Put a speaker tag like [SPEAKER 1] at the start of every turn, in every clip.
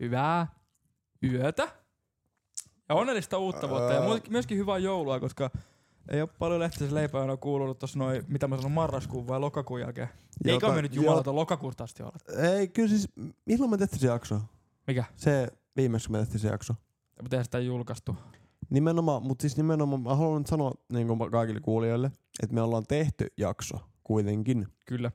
[SPEAKER 1] hyvää yötä ja onnellista uutta vuotta ja mu- myöskin hyvää joulua, koska ei ole paljon lehtisen leipää kuulunut tuossa noin, mitä mä sanon, marraskuun vai lokakuun jälkeen. Eikä
[SPEAKER 2] Jota-
[SPEAKER 1] me nyt jumalata lokakuusta asti olla.
[SPEAKER 2] jo- Ei, kyllä siis, milloin me tehtiin se jakso?
[SPEAKER 1] Mikä?
[SPEAKER 2] Se viimeksi, kun me tehtiin se jakso.
[SPEAKER 1] Me tehdään sitä julkaistu.
[SPEAKER 2] Nimenomaan, mutta siis nimenomaan, mä haluan nyt sanoa niin kuin kaikille kuulijoille, että me ollaan tehty jakso kuitenkin.
[SPEAKER 1] Kyllä.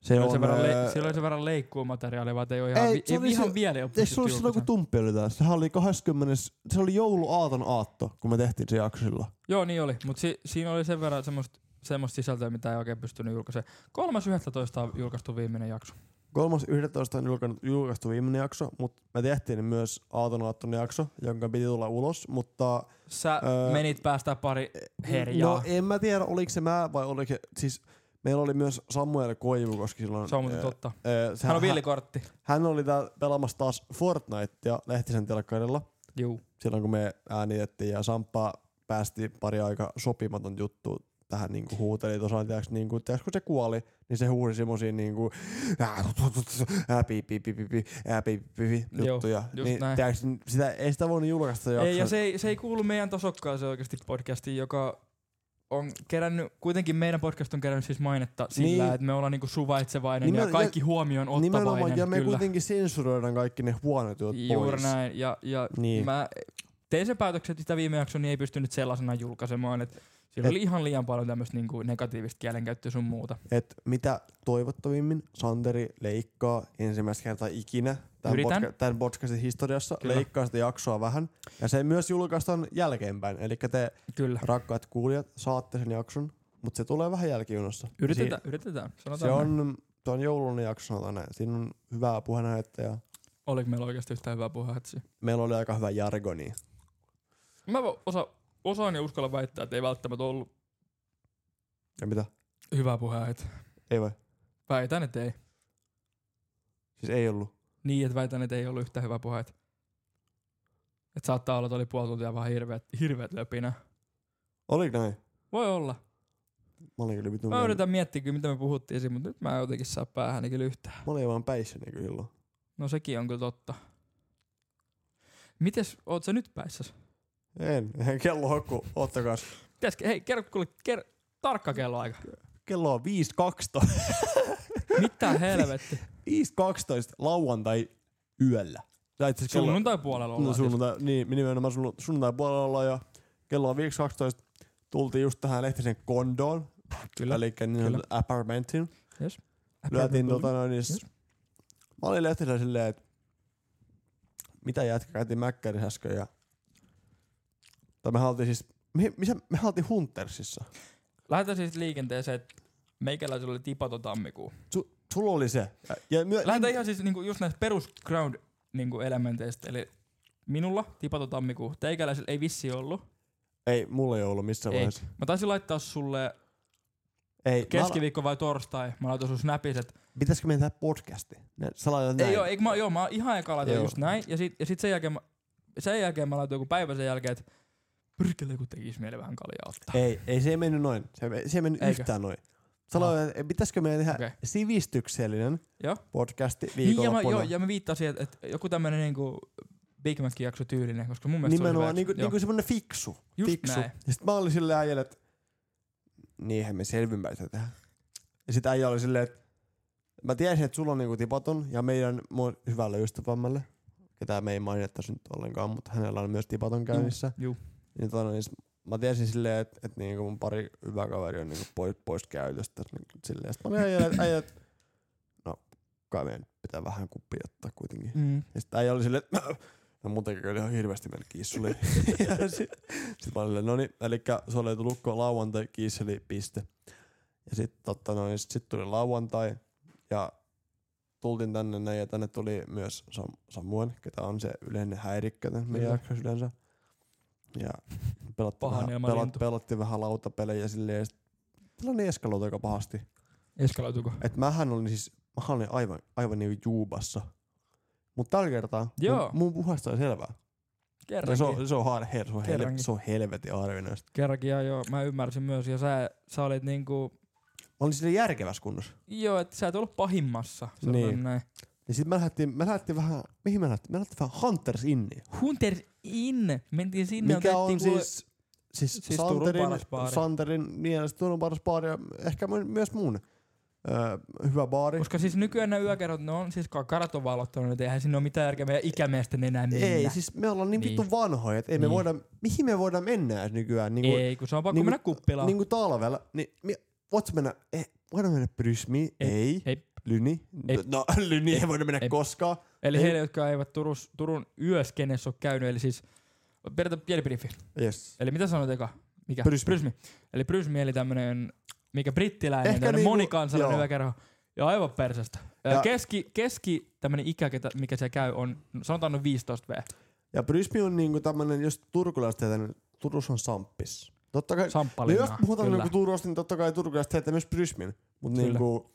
[SPEAKER 2] Se
[SPEAKER 1] Siellä oli,
[SPEAKER 2] on,
[SPEAKER 1] sen verran le-
[SPEAKER 2] ää,
[SPEAKER 1] siellä oli sen verran leikkuumateriaalia, vaan ei ole ihan,
[SPEAKER 2] Ei,
[SPEAKER 1] vi-
[SPEAKER 2] se
[SPEAKER 1] ei
[SPEAKER 2] oli
[SPEAKER 1] ihan
[SPEAKER 2] se-
[SPEAKER 1] vielä
[SPEAKER 2] Eikö se ollut silloin, kun tumppi oli tässä? Sehän oli 20. Se oli jouluaaton aatto, kun me tehtiin se jakso silloin.
[SPEAKER 1] Joo, niin oli. Mutta si- siinä oli sen verran semmoista semmoista sisältöä, mitä ei oikein pystynyt julkaisemaan. 3.11. on julkaistu viimeinen jakso.
[SPEAKER 2] 3.11. on julkaistu, julkaistu viimeinen jakso, mutta me tehtiin myös aaton aattona jakso, jonka piti tulla ulos, mutta...
[SPEAKER 1] Sä öö,
[SPEAKER 2] Öö,
[SPEAKER 1] menit päästä pari herjaa.
[SPEAKER 2] No en mä tiedä, oliko se mä vai oliko se... Siis meillä oli myös Samuel Koivukoski silloin.
[SPEAKER 1] se on muuten
[SPEAKER 2] ää,
[SPEAKER 1] totta.
[SPEAKER 2] ää, sehän-
[SPEAKER 1] Hän on villikortti.
[SPEAKER 2] Hän oli täällä pelaamassa taas Fortnitea Lehtisen telkkarilla
[SPEAKER 1] Juu.
[SPEAKER 2] silloin, kun me äänitettiin ja Samppa päästi pari aika sopimaton juttu tähän niinku huuteli tosiaan, tiiäks, niinku, tiiäks, kun se kuoli, niin se huusi semmosia niinku ää, tut, tut, tut, ää, pi, pi, pi, pi, pi, ää, pi, pi, pi,
[SPEAKER 1] Joo,
[SPEAKER 2] juttuja.
[SPEAKER 1] just
[SPEAKER 2] niin,
[SPEAKER 1] näin.
[SPEAKER 2] tiiäks, sitä, ei sitä voinut julkaista jakson.
[SPEAKER 1] Ei, ja se ei, se ei kuulu meidän tasokkaan se oikeasti podcastiin, joka on kerännyt, kuitenkin meidän podcast on kerännyt siis mainetta sillä,
[SPEAKER 2] Niin.
[SPEAKER 1] että me ollaan niinku suvaitsevainen ja
[SPEAKER 2] Nimen-
[SPEAKER 1] kaikki huomioon
[SPEAKER 2] Nimenomaan,
[SPEAKER 1] ottavainen.
[SPEAKER 2] ja me
[SPEAKER 1] kyllä.
[SPEAKER 2] kuitenkin sensuroidaan kaikki ne huonot jutut
[SPEAKER 1] Juuri
[SPEAKER 2] pois.
[SPEAKER 1] näin. Ja, ja niin.
[SPEAKER 2] Niin.
[SPEAKER 1] mä tein sen päätöksen, että sitä viime jakson niin ei pystynyt sellaisena julkaisemaan. Että siellä
[SPEAKER 2] Et-
[SPEAKER 1] oli ihan liian paljon tämmöistä niinku negatiivista kielenkäyttöä sun muuta.
[SPEAKER 2] että mitä toivottavimmin Santeri leikkaa ensimmäistä kertaa ikinä tämän,
[SPEAKER 1] Yritän.
[SPEAKER 2] podca- tämän podcastin historiassa.
[SPEAKER 1] Kyllä.
[SPEAKER 2] Kyllä. Leikkaa sitä jaksoa vähän. Ja se myös julkaistaan jälkeenpäin. Eli te
[SPEAKER 1] Kyllä.
[SPEAKER 2] rakkaat kuulijat saatte sen jakson, mutta se tulee vähän jälkijunassa.
[SPEAKER 1] Yritetään, yritetään.
[SPEAKER 2] Si-
[SPEAKER 1] Sanotaan
[SPEAKER 2] se
[SPEAKER 1] se on...
[SPEAKER 2] on, se on joulun jakso, sanotaan näin. Siinä on hyvää puheenjohtajaa. ja
[SPEAKER 1] Oliko meillä oikeasti yhtään hyvää puhehatsia?
[SPEAKER 2] Meillä oli aika hyvä jargoni.
[SPEAKER 1] Mä vo- osa, osaan ja uskalla väittää, että ei välttämättä ollut
[SPEAKER 2] Ja mitä?
[SPEAKER 1] hyvää puhehatsia.
[SPEAKER 2] Ei vai?
[SPEAKER 1] Väitän, että ei.
[SPEAKER 2] Siis ei ollut.
[SPEAKER 1] Niin, että väitän, että ei ollut yhtään hyvää puhetta. Että saattaa olla, että oli puoli tuntia vaan hirveät, hirveät löpinä.
[SPEAKER 2] Oliko näin?
[SPEAKER 1] Voi olla.
[SPEAKER 2] Mä olin kyllä vitun.
[SPEAKER 1] Mä yritän miettiä kyllä, mitä me puhuttiin siinä, mutta nyt mä en jotenkin saa päähän kyllä yhtään.
[SPEAKER 2] Mä olin vaan päissäni kyllä silloin.
[SPEAKER 1] No sekin on kyllä totta. Mites, oot sä nyt päissäs?
[SPEAKER 2] En. Kello on kun. Ottakaa.
[SPEAKER 1] Pitäisikö, hei, kerro kuule, ker, tarkka kelloaika.
[SPEAKER 2] Kello on 5.12.
[SPEAKER 1] Mitä helvetti?
[SPEAKER 2] 5.12 lauantai yöllä. Tai itse asiassa kello,
[SPEAKER 1] Sunnuntai puolella ollaan.
[SPEAKER 2] no,
[SPEAKER 1] No,
[SPEAKER 2] sunnuntai, niin, nimenomaan sunnu- sunnuntai puolella ollaan ja kello on 5.12. Tultiin just tähän Lehtisen kondoon,
[SPEAKER 1] Kyllä.
[SPEAKER 2] eli niin sanotun apartmentin. Lyötiin tota noin, niin
[SPEAKER 1] Yes.
[SPEAKER 2] yes. mä olin Lehtisellä silleen, että mitä jätkä käytiin Mäkkärissä äsken ja tai me haltiin siis, me, missä, me haltiin Huntersissa.
[SPEAKER 1] Lähdetään siis liikenteeseen, että meikäläisellä oli tipaton tammikuu.
[SPEAKER 2] Su, sulla oli se. Ja, ja myö,
[SPEAKER 1] Lähdetään ihan siis niinku, just näistä perus ground niinku, elementeistä, eli minulla tipaton tammikuu. Teikäläisellä ei vissi ollut.
[SPEAKER 2] Ei, mulla ei ollut missään
[SPEAKER 1] Ei.
[SPEAKER 2] vaiheessa.
[SPEAKER 1] Mä taisin laittaa sulle
[SPEAKER 2] Ei, mä-
[SPEAKER 1] keskiviikko vai torstai. Mä laitoin sun snapis, että
[SPEAKER 2] Pitäisikö meidän tehdä podcasti? Nä- Sä laitat näin.
[SPEAKER 1] Ei joo, eikö mä, joo, mä ihan eka laitoin
[SPEAKER 2] Joo.
[SPEAKER 1] just näin. Ja sit, ja sit sen, jälkeen mä, sen jälkeen mä laitoin joku päivä sen jälkeen, että pyrkele kun tekis mieli vähän kaljaa ottaa.
[SPEAKER 2] ei, ei, se ei mennyt noin. Se ei, se ei mennyt
[SPEAKER 1] Eikö?
[SPEAKER 2] Eikö? yhtään noin. Sä laitat, että pitäisikö meidän tehdä
[SPEAKER 1] Okei.
[SPEAKER 2] okay. sivistyksellinen
[SPEAKER 1] Joo.
[SPEAKER 2] podcasti
[SPEAKER 1] Niin, ja, mä, joo,
[SPEAKER 2] viikonloppuna?
[SPEAKER 1] ja mä viittasin, että, että joku tämmönen niinku Big Mac jakso tyylinen, koska mun mielestä
[SPEAKER 2] Nimenomaan
[SPEAKER 1] se
[SPEAKER 2] niinku,
[SPEAKER 1] oli hyvä.
[SPEAKER 2] niinku semmonen fiksu.
[SPEAKER 1] Joo, just
[SPEAKER 2] fiksu.
[SPEAKER 1] näin.
[SPEAKER 2] Ja sit mä olin silleen äijälle, että niinhän me selvimme sitä tehdä. Ja sit äijä oli silleen, että mä tiesin, että sulla on niinku tipaton ja meidän mun hyvälle ystävämmälle, ketä me ei mainittaisi nyt ollenkaan, mutta hänellä on myös tipaton käynnissä.
[SPEAKER 1] Juu,
[SPEAKER 2] Niin, tota, niin s- mä tiesin silleen, että et niinku mun pari hyvä kaveri on niinku pois, pois käytöstä. Niin, silleen. Sitten mä olin äijälle, että äijät, no kai meidän pitää vähän kuppia ottaa kuitenkin.
[SPEAKER 1] juu. Mm.
[SPEAKER 2] Ja sitten äijä oli silleen, että no muutenkin kyllä ihan hirveästi meillä kiissuli. sitten mä olin silleen, no niin, eli se oli lukko lauantai, kiisseli, piste. Ja sitten totta noin, sit, sit tuli lauantai ja tultiin tänne näin ja tänne tuli myös Sam- Samuel, ketä on se yleinen häirikkö tässä meidän
[SPEAKER 1] Kyllä.
[SPEAKER 2] jaksossa yleensä. Ja pelattiin
[SPEAKER 1] Pahan
[SPEAKER 2] vähän,
[SPEAKER 1] ilman
[SPEAKER 2] pelat,
[SPEAKER 1] lintu.
[SPEAKER 2] pelattiin vähän lautapelejä silleen ja sit tällainen eskaloitu aika pahasti.
[SPEAKER 1] Eskaloituko?
[SPEAKER 2] Et mähän olin siis, mähän olin aivan, aivan niinku juubassa. Mutta tällä kertaa
[SPEAKER 1] Joo.
[SPEAKER 2] mun, mun puhasta on selvää. Ja
[SPEAKER 1] Kerrankin.
[SPEAKER 2] No se on, se on, har, her, se on, hel,
[SPEAKER 1] Kerrankin.
[SPEAKER 2] se on helvetin arvinaista.
[SPEAKER 1] Kerrankin, ja joo, mä ymmärsin myös. Ja sä, sä olit niinku,
[SPEAKER 2] Mä olin sille järkevässä kunnossa.
[SPEAKER 1] joo, että sä et ollut pahimmassa. sanotaan
[SPEAKER 2] Niin.
[SPEAKER 1] Näin.
[SPEAKER 2] Niin sit me lähdettiin, me lähdettiin vähän, mihin me lähdettiin? Me lähdettiin vähän Hunters Inniin.
[SPEAKER 1] Hunter in. Mentiin sinne.
[SPEAKER 2] Mikä on
[SPEAKER 1] otettiin kuule-
[SPEAKER 2] siis, siis,
[SPEAKER 1] Siis
[SPEAKER 2] siis
[SPEAKER 1] Turun
[SPEAKER 2] Santerin,
[SPEAKER 1] paras baari.
[SPEAKER 2] Santerin mielestä Turun paras baari ja ehkä my- myös mun öö, hyvä baari.
[SPEAKER 1] Koska siis nykyään nämä yökerrot, ne on siis karat on valottanut, että eihän siinä ole mitään järkeä meidän ikämiesten enää mennä.
[SPEAKER 2] Ei, siis me ollaan niin,
[SPEAKER 1] Niin.
[SPEAKER 2] vittu vanhoja, että ei me
[SPEAKER 1] Niin.
[SPEAKER 2] voida, mihin me voidaan mennä edes nykyään. Niin kuin,
[SPEAKER 1] ei kun se on pakko
[SPEAKER 2] niinku-
[SPEAKER 1] mennä kuppilaan.
[SPEAKER 2] niin kuin talvella, niin me, voit mennä, eh, voidaan mennä Prysmiin?
[SPEAKER 1] Ei.
[SPEAKER 2] Ei. ei.
[SPEAKER 1] Hei.
[SPEAKER 2] Lyni?
[SPEAKER 1] Ei.
[SPEAKER 2] No, Lyni ei, voida mennä
[SPEAKER 1] Ei.
[SPEAKER 2] koskaan.
[SPEAKER 1] Eli
[SPEAKER 2] Ei.
[SPEAKER 1] heille, jotka eivät Turus, Turun yöskennessä ole käynyt, eli siis periaatteessa pieni briefi.
[SPEAKER 2] Yes.
[SPEAKER 1] Eli mitä sanoit eka? Mikä?
[SPEAKER 2] Prysmi.
[SPEAKER 1] Prysmi. Eli Prysmi, eli tämmönen, mikä brittiläinen,
[SPEAKER 2] Ehkä
[SPEAKER 1] Ehkä niinku,
[SPEAKER 2] niinku-
[SPEAKER 1] monikansallinen
[SPEAKER 2] joo.
[SPEAKER 1] yökerho. Ja aivan persästä. Ja
[SPEAKER 2] Ja-
[SPEAKER 1] keski, keski tämmönen ikä, ketä- mikä se käy, on sanotaan noin 15
[SPEAKER 2] no
[SPEAKER 1] V.
[SPEAKER 2] Ja Prysmi on niinku tämmönen, jos turkulaiset tietää, niin Turussa on Samppis. Totta kai, no
[SPEAKER 1] Samppalina.
[SPEAKER 2] jos puhutaan
[SPEAKER 1] kyllä.
[SPEAKER 2] niinku Turusta, niin totta kai turkulaiset tietää myös Prysmin. Mut
[SPEAKER 1] Kyllä.
[SPEAKER 2] niinku,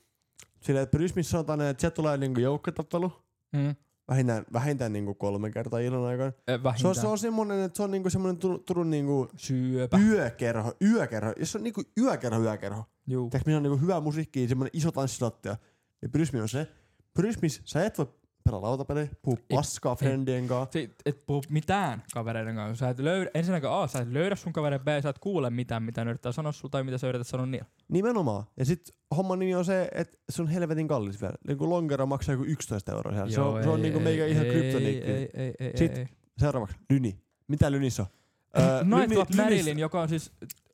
[SPEAKER 2] sillä että Prysmissä sanotaan, että sieltä tulee niinku joukkotappelu.
[SPEAKER 1] Mm.
[SPEAKER 2] Vähintään, vähintään niinku kolme kertaa illan aikana.
[SPEAKER 1] Eh,
[SPEAKER 2] Se on,
[SPEAKER 1] Vähintään.
[SPEAKER 2] se on semmonen, että se on niinku semmonen Turun, Turun niinku
[SPEAKER 1] Syöpä.
[SPEAKER 2] yökerho, yökerho. Jos se on niinku yökerho, yökerho.
[SPEAKER 1] Juu.
[SPEAKER 2] Tiedätkö, missä on niinku hyvää musiikkia, semmoinen iso tanssilattia. Ja Prysmi on se. Prysmis, sä et voi pelaa lautapelejä, puhu
[SPEAKER 1] Ei,
[SPEAKER 2] paskaa friendien kanssa.
[SPEAKER 1] Sit et puhu mitään kavereiden kanssa. Sä et löydä, ensinnäkään A, sä et löydä sun kavereita, B, sä et kuule mitään, mitä ne yrittää sanoa sulle tai mitä sä yrität sanoa niille.
[SPEAKER 2] Nimenomaan. Ja sit homman nimi on se, että se on helvetin kallis vielä. Niinku longero maksaa joku 11 euroa siellä. se on,
[SPEAKER 1] Joo,
[SPEAKER 2] se on
[SPEAKER 1] ei,
[SPEAKER 2] niinku
[SPEAKER 1] ei,
[SPEAKER 2] meikä ihan
[SPEAKER 1] ei,
[SPEAKER 2] kryptoniikki.
[SPEAKER 1] Ei, ei, ei,
[SPEAKER 2] Sit-
[SPEAKER 1] ei, ei.
[SPEAKER 2] Seuraavaksi, Lyni. Mitä Lynissä on? Öö, Lyni-
[SPEAKER 1] Nightclub
[SPEAKER 2] Lynissä-
[SPEAKER 1] Äh, Marilyn, joka on siis,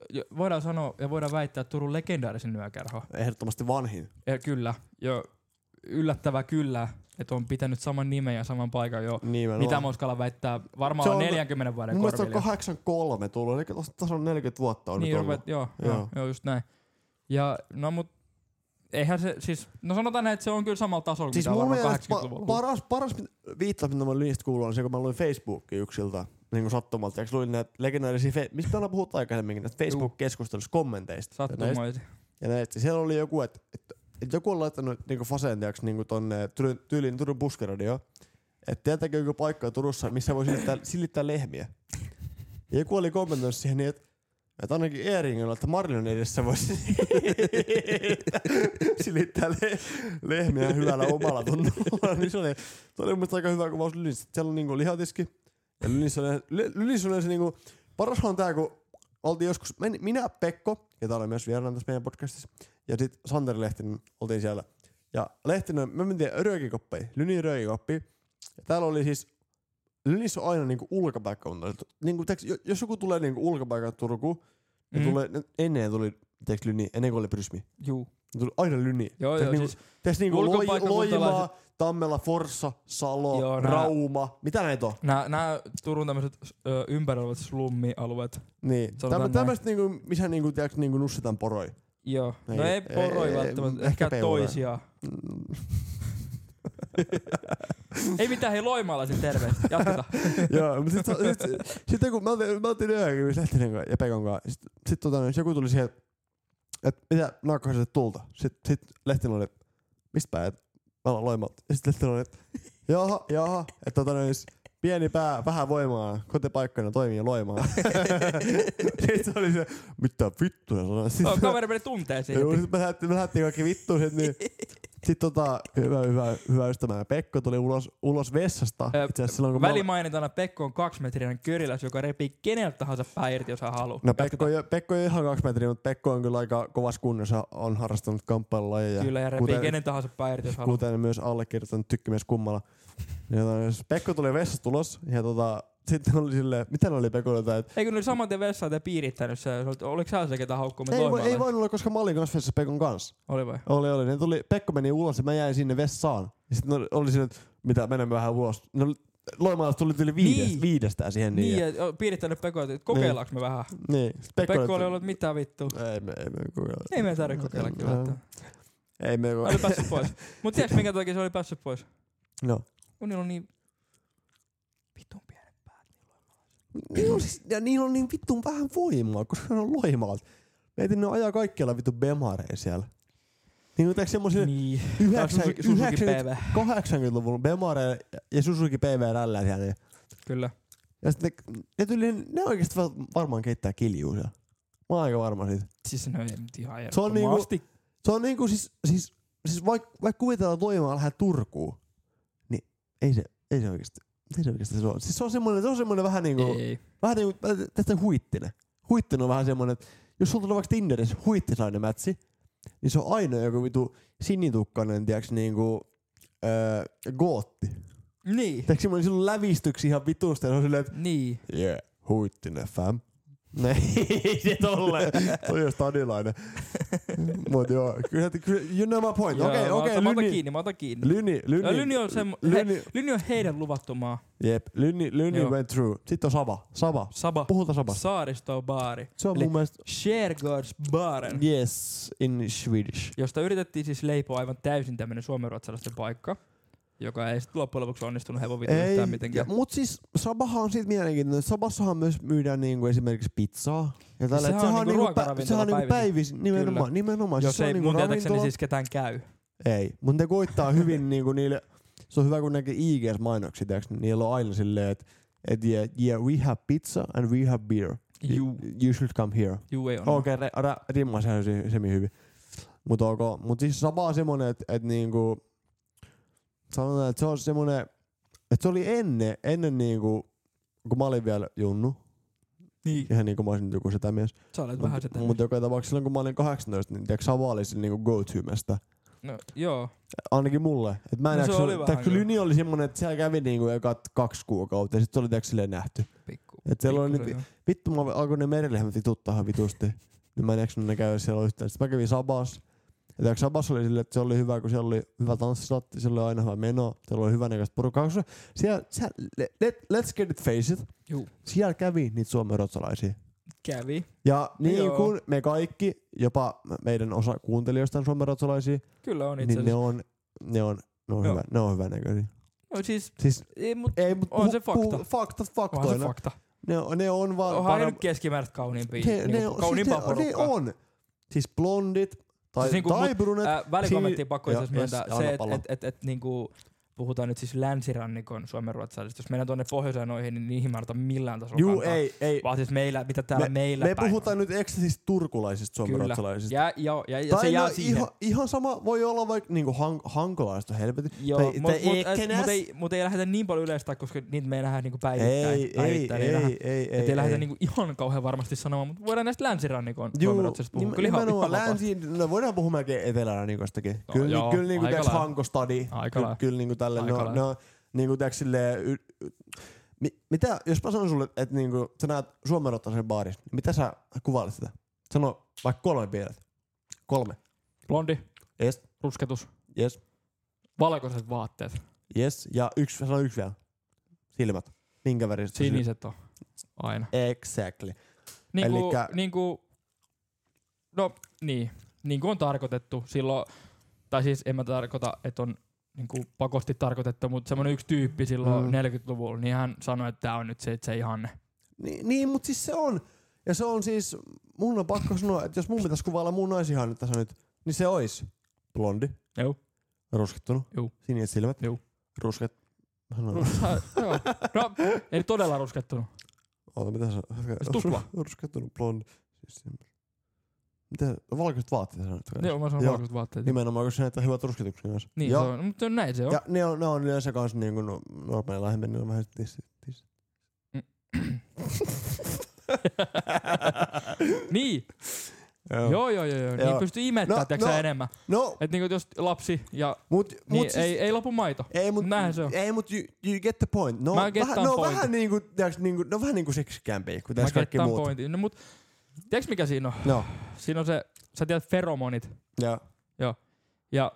[SPEAKER 1] jo- voidaan sanoa ja voidaan väittää Turun legendaarisin yökerho.
[SPEAKER 2] Ehdottomasti vanhin.
[SPEAKER 1] Ja kyllä, jo yllättävä kyllä, että on pitänyt saman nimen ja saman paikan jo.
[SPEAKER 2] Nimenomaan.
[SPEAKER 1] Mitä mä uskallan väittää, varmaan
[SPEAKER 2] Se
[SPEAKER 1] on
[SPEAKER 2] on-
[SPEAKER 1] 40 vuoden
[SPEAKER 2] Mun mielestä on
[SPEAKER 1] korvilla.
[SPEAKER 2] 83 tullut, eli tuossa tuossa on 40 vuotta on
[SPEAKER 1] Niin,
[SPEAKER 2] nyt ollut.
[SPEAKER 1] ruvet, joo, joo. joo,
[SPEAKER 2] Joo.
[SPEAKER 1] joo, just näin. Ja no mut, eihän se siis, no sanotaan näin, että se on kyllä samalla tasolla, siis
[SPEAKER 2] Siis
[SPEAKER 1] mitä
[SPEAKER 2] mun
[SPEAKER 1] varmaan
[SPEAKER 2] mielestä pa-
[SPEAKER 1] 80-luvulla.
[SPEAKER 2] paras, paras mit- viittaus, mitä mä linjasta kuuluu, on se, kun mä luin Facebookia yksiltä niin kuin sattumalta. Eikö luin näitä legendaarisia, fe- mistä me ollaan puhuttu aikaisemminkin, näistä Facebook-keskustelussa kommenteista. Ja näistä,
[SPEAKER 1] sattumoisin.
[SPEAKER 2] ja näistä. Siellä oli joku, että et, et joku on laittanut niinku fasenteaksi niinku tonne Turun, tyyliin Turun puskeradio, että tietääkö joku paikka Turussa, missä voi silittää, silittää lehmiä. Ja joku oli kommentoinut siihen niin, että että ainakin Eeringillä, että Marlon edessä voisi silittää le- lehmiä hyvällä omalla tunnolla. Niin se oli, se oli mun mielestä aika hyvä kuvaus Lynissä. Siellä on niinku lihatiski. Ja Lynissä on, Ly- Lynissä on se niinku, parashan on tää, kun oltiin joskus, men- minä, Pekko, ja täällä oli myös vieraana tässä meidän podcastissa, ja sitten Santeri Lehtinen oltiin siellä. Ja Lehtinen, me mentiin röökikoppiin, Lynin röökikoppiin. Ja täällä oli siis, Lynissä on aina niinku ulkopaikka. Niinku, teeks, jo- jos joku tulee niinku ulkopaikan Turkuun, ne
[SPEAKER 1] Mm.
[SPEAKER 2] tulee, ne, ennen tuli, teeks Lyni, ennen kuin oli Prysmi.
[SPEAKER 1] Juu.
[SPEAKER 2] Ne tuli aina Lyni.
[SPEAKER 1] Joo, joo,
[SPEAKER 2] Teeks niinku,
[SPEAKER 1] siis,
[SPEAKER 2] teeks niinku loi,
[SPEAKER 1] ulkopaikkakuntalaiset-
[SPEAKER 2] Loimaa, Tammela, Forssa, Salo,
[SPEAKER 1] Joo, nää-
[SPEAKER 2] Rauma. Mitä näitä on?
[SPEAKER 1] nää, nää Turun tämmöiset ö, ympärillä olevat slummialueet.
[SPEAKER 2] Niin.
[SPEAKER 1] Sanotaan
[SPEAKER 2] Täm,
[SPEAKER 1] näin.
[SPEAKER 2] tämmöistä niinku, missä niinku, teeks, niinku nussitaan poroi.
[SPEAKER 1] Joo.
[SPEAKER 2] Ei-
[SPEAKER 1] No ei
[SPEAKER 2] ei-
[SPEAKER 1] poroi
[SPEAKER 2] ei-
[SPEAKER 1] välttämättä,
[SPEAKER 2] ei-
[SPEAKER 1] ehkä
[SPEAKER 2] ehkä peuroja.
[SPEAKER 1] toisia.
[SPEAKER 2] Mm.
[SPEAKER 1] Ei mitään, hei loimaalaisen terveistä. Jatketaan.
[SPEAKER 2] Joo, mutta sitten sit, sit, sitten kun mä oltiin, mä oltiin yöhön Lehtinen kanssa niin niinku, ja Pekon kanssa, sitten sit, tota, noin, se joku tuli siihen, että mitä naakkaset tulta. Sitten sit Lehtinen oli, että mistä päin, että mä olen loimalta. Ja sitten Lehtinen oli, että jaha, jaha, että tota, noin, s- pieni pää, vähän voimaa, kotipaikkana toimii loimaa. sitten se oli se, mitä vittu se sanoi. Sit-
[SPEAKER 1] Joo, kaveri meni tuntee siihen.
[SPEAKER 2] Joo, sit me lähdettiin, me lähdettiin kaikki vittuun sit, niin sitten tota, hyvä, hyvä, hyvä ystävä Pekko tuli ulos, ulos vessasta.
[SPEAKER 1] Ö,
[SPEAKER 2] Itse asiassa silloin, kun mä olin-
[SPEAKER 1] Välimainintana Pekko on kaksimetrinen köriläs, joka repii keneltä tahansa pää irti, jos hän haluaa.
[SPEAKER 2] No Pekko, ei- Pekko ei ole ihan kaksi metriä, mutta Pekko on kyllä aika kovassa kunnossa, on harrastanut kamppailulajeja.
[SPEAKER 1] Kyllä, ja repii
[SPEAKER 2] kuten,
[SPEAKER 1] kenen tahansa pää irti, jos haluaa.
[SPEAKER 2] kuten myös allekirjoittanut tykkimies kummalla. Ja tota, jos Pekko tuli vessasta tulos ja tota, sitten oli silleen, mitä ne oli Pekolle tai
[SPEAKER 1] Ei kun ne oli saman tien vessaan te piirittänyt se. se oli- Oliko sä se, ketä haukkuu me
[SPEAKER 2] ei, voi, ei
[SPEAKER 1] loimaalaisen?
[SPEAKER 2] voinut olla, koska mä olin kanssa vessassa Pekon kanssa.
[SPEAKER 1] Oli vai?
[SPEAKER 2] Oli, oli. Ne tuli, Pekko meni ulos ja mä jäin sinne vessaan. Ja sitten oli, oli silleen, että mitä, menemme vähän ulos. No, Loimaalaiset tuli yli viidestä,
[SPEAKER 1] Niin.
[SPEAKER 2] viidestään siihen. Niin,
[SPEAKER 1] Niin, ja piirittänyt Pekko, että kokeillaanko me vähän.
[SPEAKER 2] niin. Sitten
[SPEAKER 1] Pekko oli ollut, että mitä vittu.
[SPEAKER 2] Ei me, ei me kokeilla.
[SPEAKER 1] Ei meidän tarvitse kokeilla kyllä. Että.
[SPEAKER 2] Ei me kokeilla.
[SPEAKER 1] Oli päässyt pois. Mut tiedätkö minkä takia se oli päässyt pois?
[SPEAKER 2] No.
[SPEAKER 1] Kun niillä on niin vitun pienet päät.
[SPEAKER 2] Niillä on, siis, ja niillä on niin vittuun vähän voimaa, koska ne on loimaat. Mietin, ne ajaa kaikkialla vittu bemareja siellä. Niin kuin teekö semmoisille
[SPEAKER 1] Niin. Tai Suzuki, Suzuki
[SPEAKER 2] 90,
[SPEAKER 1] PV.
[SPEAKER 2] 80-luvun bemareja ja Suzuki PV rällä siellä. niin.
[SPEAKER 1] Kyllä.
[SPEAKER 2] Ja sitten ne, ne, tyyli, ne oikeasti va- varmaan keittää kiljuu siellä. Mä oon aika varma siitä.
[SPEAKER 1] Siis no ei nyt ihan
[SPEAKER 2] Se on niinku-
[SPEAKER 1] järjettömästi.
[SPEAKER 2] Se on niinku siis, siis, siis vaikka vaik kuvitellaan, että loimaa lähdet Turkuun. Ei se, ei se oikeesti. Ei se oikeesti se ole. Siis se on semmonen, se on semmonen vähän niinku,
[SPEAKER 1] Ei.
[SPEAKER 2] vähän niinku, tästä huittinen. Huittinen on vähän semmonen, että jos sulla tulee vaikka Tinderissä huittisainen mätsi, niin se on aina joku vitu sinitukkainen, tiiäks niinku, öö, gootti.
[SPEAKER 1] Niin.
[SPEAKER 2] Tiiäks semmonen silloin lävistyksi ihan vitusta ja se on silleen, että
[SPEAKER 1] Niin.
[SPEAKER 2] jee, yeah, huittinen fam. Ne, ei se tolle. Toi on stadilainen. Mut joo, kyllä, kyllä you know my point.
[SPEAKER 1] Joo,
[SPEAKER 2] no Okei,
[SPEAKER 1] mä
[SPEAKER 2] okei,
[SPEAKER 1] otan- Mä otan
[SPEAKER 2] lyni.
[SPEAKER 1] kiinni, mä otan kiinni.
[SPEAKER 2] Lyni, lyni.
[SPEAKER 1] Ja Lyni on semmo-
[SPEAKER 2] lyni,
[SPEAKER 1] Lyni on heidän luvattomaa.
[SPEAKER 2] jep, lyni, lyni
[SPEAKER 1] Joo.
[SPEAKER 2] went through. Sitten on Saba, Saba.
[SPEAKER 1] Saba.
[SPEAKER 2] Puhutaan Sabasta.
[SPEAKER 1] Saaristobaari.
[SPEAKER 2] Se on
[SPEAKER 1] Eli-
[SPEAKER 2] mun mielestä... Niin.
[SPEAKER 1] Skärgårdsbaren.
[SPEAKER 2] Yes, in Swedish.
[SPEAKER 1] Josta yritettiin siis leipoa aivan täysin tämmönen suomenruotsalaisten paikka. Joka ei sitten loppujen lopuksi onnistunut hevon vittu
[SPEAKER 2] Ei,
[SPEAKER 1] yhtään mitenkään.
[SPEAKER 2] ja- mut siis Sabahan on siitä mielenkiintoinen. että Sabassahan myös myydään niinku esimerkiksi pizzaa. Ja tällä,
[SPEAKER 1] sehän
[SPEAKER 2] et
[SPEAKER 1] on
[SPEAKER 2] sehän on
[SPEAKER 1] niinku
[SPEAKER 2] niinku, pä-
[SPEAKER 1] ruokaravintola
[SPEAKER 2] sehän on niinku
[SPEAKER 1] päivisin.
[SPEAKER 2] päivisin. Nimenomaan,
[SPEAKER 1] Kyllä.
[SPEAKER 2] nimenomaan.
[SPEAKER 1] Jos
[SPEAKER 2] se on
[SPEAKER 1] ei
[SPEAKER 2] niinku
[SPEAKER 1] mun tietääkseni
[SPEAKER 2] ravintola.
[SPEAKER 1] siis ketään käy.
[SPEAKER 2] Ei, mutta ne koittaa hyvin niinku niille, se on hyvä kun näkee IGS-mainoksia, tiiäks, niin niillä on aina silleen, että et yeah, yeah, we have pizza and we have beer. You,
[SPEAKER 1] Juu.
[SPEAKER 2] you should come here.
[SPEAKER 1] Juu ei onnistu.
[SPEAKER 2] Niin. Okei, okay, ra, rimma se on se- semi hyvin. Mutta ok, mut siis sama on semmonen, että et niinku, sanotaan, että se on semmonen, että se oli ennen, ennen niinku, kun mä olin vielä junnu,
[SPEAKER 1] Niin.
[SPEAKER 2] ihan niinku mä olisin nyt joku sitä mies.
[SPEAKER 1] Sä olet vähän sitä.
[SPEAKER 2] Mutta mut joka tapauksessa silloin kun mä olin 18, niin tiedätkö, Sava oli sillä niinku go-to-mestä.
[SPEAKER 1] No, joo.
[SPEAKER 2] Ainakin mulle. Et mä en
[SPEAKER 1] No
[SPEAKER 2] no,
[SPEAKER 1] se
[SPEAKER 2] se
[SPEAKER 1] oli vähän
[SPEAKER 2] tiiäks,
[SPEAKER 1] kyllä.
[SPEAKER 2] Lyni oli semmonen, että siellä kävi niinku ekat kaksi kuukautta ja sit se oli tiiäks, silleen nähty.
[SPEAKER 1] Pikku.
[SPEAKER 2] Et siellä oli niinku-
[SPEAKER 1] pikku
[SPEAKER 2] nyt,
[SPEAKER 1] se, joo.
[SPEAKER 2] vittu mä alkoin ne merilehmät vituttahan vitusti. Niin mä en eksynyt ne käydä siellä yhtään. Sitten mä kävin Sabas. Ja tiiäks, Sabas oli silleen, että se oli hyvä, kun siellä oli hyvä tanssisatti, siellä oli aina hyvä meno, siellä oli hyvä näköistä porukkaa. Koska Siellä, siellä, let, let- let's get it face it.
[SPEAKER 1] Juu.
[SPEAKER 2] Siellä kävi niitä suomenruotsalaisia.
[SPEAKER 1] Kävi.
[SPEAKER 2] Ja niin
[SPEAKER 1] Joo.
[SPEAKER 2] kuin me kaikki, jopa meidän osa kuuntelijoista on suomenruotsalaisia,
[SPEAKER 1] Kyllä on itse
[SPEAKER 2] niin ne
[SPEAKER 1] asiassa.
[SPEAKER 2] on, ne on, ne on,
[SPEAKER 1] Joo.
[SPEAKER 2] hyvä, ne on hyvänäköisiä.
[SPEAKER 1] No siis,
[SPEAKER 2] Siis
[SPEAKER 1] ei, mut
[SPEAKER 2] ei, mut
[SPEAKER 1] On se fakta.
[SPEAKER 2] fakta
[SPEAKER 1] onhan se
[SPEAKER 2] faktoina.
[SPEAKER 1] fakta.
[SPEAKER 2] ne, on- ne on vaan
[SPEAKER 1] Onhan he
[SPEAKER 2] parem-
[SPEAKER 1] nyt niinku keskimääräistä kauniimpia.
[SPEAKER 2] ne, ne, on, siis
[SPEAKER 1] Niin, kauniimpaa
[SPEAKER 2] ne, ne
[SPEAKER 1] porukkaa.
[SPEAKER 2] on. Siis blondit tai,
[SPEAKER 1] Siis
[SPEAKER 2] siis
[SPEAKER 1] niinku
[SPEAKER 2] tai
[SPEAKER 1] mut-
[SPEAKER 2] brunet.
[SPEAKER 1] Äh, välikommentti
[SPEAKER 2] Siin-
[SPEAKER 1] pakko itse asiassa
[SPEAKER 2] Joo, jes,
[SPEAKER 1] myöntää.
[SPEAKER 2] anna
[SPEAKER 1] Se, että
[SPEAKER 2] palaa.
[SPEAKER 1] et, et, et, niinku, puhutaan nyt siis länsirannikon suomenruotsalaisista. Jos mennään tuonne pohjoiseen noihin, niin niihin mä en ota millään tasolla
[SPEAKER 2] Juu,
[SPEAKER 1] kantaa.
[SPEAKER 2] ei, ei.
[SPEAKER 1] Vaan siis meillä, mitä täällä
[SPEAKER 2] Me-
[SPEAKER 1] meillä
[SPEAKER 2] Me
[SPEAKER 1] päin
[SPEAKER 2] puhutaan nyt eksisistä turkulaisista
[SPEAKER 1] on. Kyllä.
[SPEAKER 2] suomenruotsalaisista.
[SPEAKER 1] Ja, joo, ja, ja se
[SPEAKER 2] Tai
[SPEAKER 1] jää
[SPEAKER 2] no,
[SPEAKER 1] siihen.
[SPEAKER 2] ihan, ihan sama voi olla vaikka niinku hank, hankolaista helvetin.
[SPEAKER 1] Joo,
[SPEAKER 2] tai-
[SPEAKER 1] mutta
[SPEAKER 2] tai
[SPEAKER 1] mut, et-
[SPEAKER 2] Ekenäs.
[SPEAKER 1] mut ei, mut ei lähdetä niin paljon yleistä, koska niitä me ei nähdä niinku
[SPEAKER 2] Ei,
[SPEAKER 1] päivittäin.
[SPEAKER 2] ei, ei,
[SPEAKER 1] päivittäin
[SPEAKER 2] ei,
[SPEAKER 1] nähdä.
[SPEAKER 2] ei, ei,
[SPEAKER 1] Et ei, lähdetä niinku ihan kauhean varmasti sanomaan, mutta voidaan näistä länsirannikon suomenruotsalaisista puhua.
[SPEAKER 2] nim-
[SPEAKER 1] Kyllä ihan, ihan
[SPEAKER 2] nimenomaan
[SPEAKER 1] länsi-
[SPEAKER 2] länsi, no voidaan puhua melkein etelärannikostakin.
[SPEAKER 1] No
[SPEAKER 2] No, kyllä,
[SPEAKER 1] joo,
[SPEAKER 2] joo, kyllä niinku
[SPEAKER 1] aika
[SPEAKER 2] täks
[SPEAKER 1] lailla.
[SPEAKER 2] hankostadi.
[SPEAKER 1] Aika
[SPEAKER 2] Kyllä,
[SPEAKER 1] lailla.
[SPEAKER 2] kyllä niinku tälle,
[SPEAKER 1] Aika
[SPEAKER 2] no,
[SPEAKER 1] lailla.
[SPEAKER 2] no niinku täks silleen, y, y, mi, mitä, jos mä sanon sulle, että niinku sä näet suomenrottaisen baarissa, niin mitä sä kuvailet sitä? Sano vaikka kolme pienet. Kolme.
[SPEAKER 1] Blondi,
[SPEAKER 2] Yes,
[SPEAKER 1] rusketus,
[SPEAKER 2] yes,
[SPEAKER 1] valkoiset vaatteet,
[SPEAKER 2] yes. Ja yksi, sano yksi vielä. Silmät. Minkä väriset? sä silmät-
[SPEAKER 1] siniset on aina.
[SPEAKER 2] Exactly.
[SPEAKER 1] Niin kuin,
[SPEAKER 2] Elikkä-
[SPEAKER 1] niin kuin, no niin, niin kuin on tarkoitettu silloin, tai siis en mä tarkoita, että on niin kuin pakosti tarkoitettu, mutta semmoinen yksi tyyppi silloin
[SPEAKER 2] Mm.
[SPEAKER 1] mm. 40-luvulla, niin hän sanoi, että tämä on nyt se, että se ihanne.
[SPEAKER 2] Ni, niin, mutta siis se on. Ja se on siis, mun on pakko sanoa, että jos mun pitäisi kuvailla mun naisihan nyt tässä nyt, niin se ois blondi.
[SPEAKER 1] Joo.
[SPEAKER 2] Ruskettunut.
[SPEAKER 1] Juu.
[SPEAKER 2] Siniset silmät.
[SPEAKER 1] Juu.
[SPEAKER 2] Rusket. No, no.
[SPEAKER 1] Russa, joo. No, ei todella ruskettunut.
[SPEAKER 2] Oota, mitä se on?
[SPEAKER 1] tupla.
[SPEAKER 2] Ruskettunut blondi. Siis silmät. Mitä? Valkoiset vaatteet sanoit. kai.
[SPEAKER 1] Joo, mä sanon
[SPEAKER 2] Joo.
[SPEAKER 1] valkoiset vaatteet.
[SPEAKER 2] Nimenomaan, koska se näyttää hyvät rusketuksen kanssa.
[SPEAKER 1] Niin, se
[SPEAKER 2] ja,
[SPEAKER 1] on, mutta näin se on.
[SPEAKER 2] ja ne on, ne on yleensä kanssa niin kuin no, normaali lähemmin, ne on vähän tissi. tissi.
[SPEAKER 1] niin, joo, joo, joo, joo. Niin
[SPEAKER 2] Joo.
[SPEAKER 1] pystyy imettämään,
[SPEAKER 2] No,
[SPEAKER 1] no, no.
[SPEAKER 2] no.
[SPEAKER 1] enemmän.
[SPEAKER 2] No,
[SPEAKER 1] Että niinku jos lapsi ja
[SPEAKER 2] mut,
[SPEAKER 1] niin,
[SPEAKER 2] mut siis,
[SPEAKER 1] ei, ei lopu maito.
[SPEAKER 2] Ei, mut,
[SPEAKER 1] Näinhän se on.
[SPEAKER 2] Ei, mut you, you get the point. No,
[SPEAKER 1] Mä
[SPEAKER 2] vähän,
[SPEAKER 1] gettaan
[SPEAKER 2] no
[SPEAKER 1] pointin.
[SPEAKER 2] vähän niinku, tiiäks, niinku, no vähän niinku seksikämpiä kuin
[SPEAKER 1] Mä
[SPEAKER 2] tässä kaikki
[SPEAKER 1] kettaan
[SPEAKER 2] muut.
[SPEAKER 1] pointin. No, mut, tiedätkö mikä siinä on?
[SPEAKER 2] No,
[SPEAKER 1] Siinä on se, sä tiedät feromonit.
[SPEAKER 2] ja
[SPEAKER 1] Ja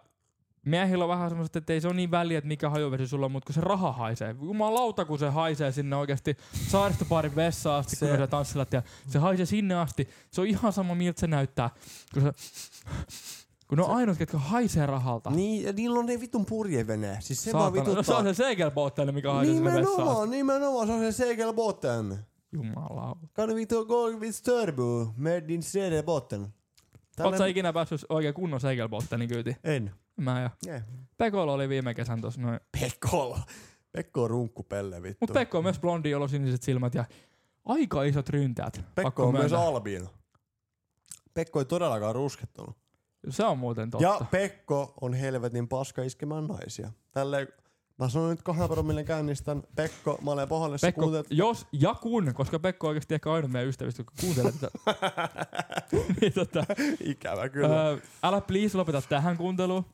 [SPEAKER 1] miehillä on vähän semmoista, että ei se ole niin väliä, että mikä hajuvesi sulla on, mutta kun se raha haisee. Jumalauta, kun se haisee sinne oikeasti saaristopaarin vessaan asti, se.
[SPEAKER 2] Se-
[SPEAKER 1] kun se tanssilat. Ja se haisee sinne asti. Se on ihan sama, miltä se näyttää. Kun, se, kun ne on ainoat, ketkä haisee rahalta.
[SPEAKER 2] niin, ja niillä on ne vitun purjevene. Siis se
[SPEAKER 1] Saatana.
[SPEAKER 2] vaan vituttaa.
[SPEAKER 1] no, se on se segelbootteinen, mikä haisee sinne vessaan. asti.
[SPEAKER 2] nimenomaan, nimenomaan, se on se segelbotten.
[SPEAKER 1] Jumalauta.
[SPEAKER 2] Kan vittu go with turbo, med din segelbotten.
[SPEAKER 1] Oot sä ikinä päässyt oikein kunnon segelbootteinen kyyti?
[SPEAKER 2] En.
[SPEAKER 1] Mä ja.
[SPEAKER 2] Ei.
[SPEAKER 1] Pekolla oli viime kesän tossa noin
[SPEAKER 2] Pekko Pekko on runkkupelle vittu.
[SPEAKER 1] Mutta Pekko on myös blondi, jolla on siniset silmät ja aika isot ryntäät.
[SPEAKER 2] Pekko
[SPEAKER 1] pakko
[SPEAKER 2] on myös
[SPEAKER 1] myöntää.
[SPEAKER 2] albiino. Pekko ei todellakaan ruskettunut.
[SPEAKER 1] Se on muuten totta.
[SPEAKER 2] Ja Pekko on helvetin paska iskemään naisia. Tälle Mä sanoin nyt kahden promillen käynnistän. Pekko, mä olen pohjallessa.
[SPEAKER 1] Pekko, jos ja kun, koska Pekko on oikeasti ehkä ainut meidän ystävistä, joka kuuntelee tätä. niin, tota,
[SPEAKER 2] Ikävä kyllä.
[SPEAKER 1] öö, älä please lopeta tähän kuunteluun.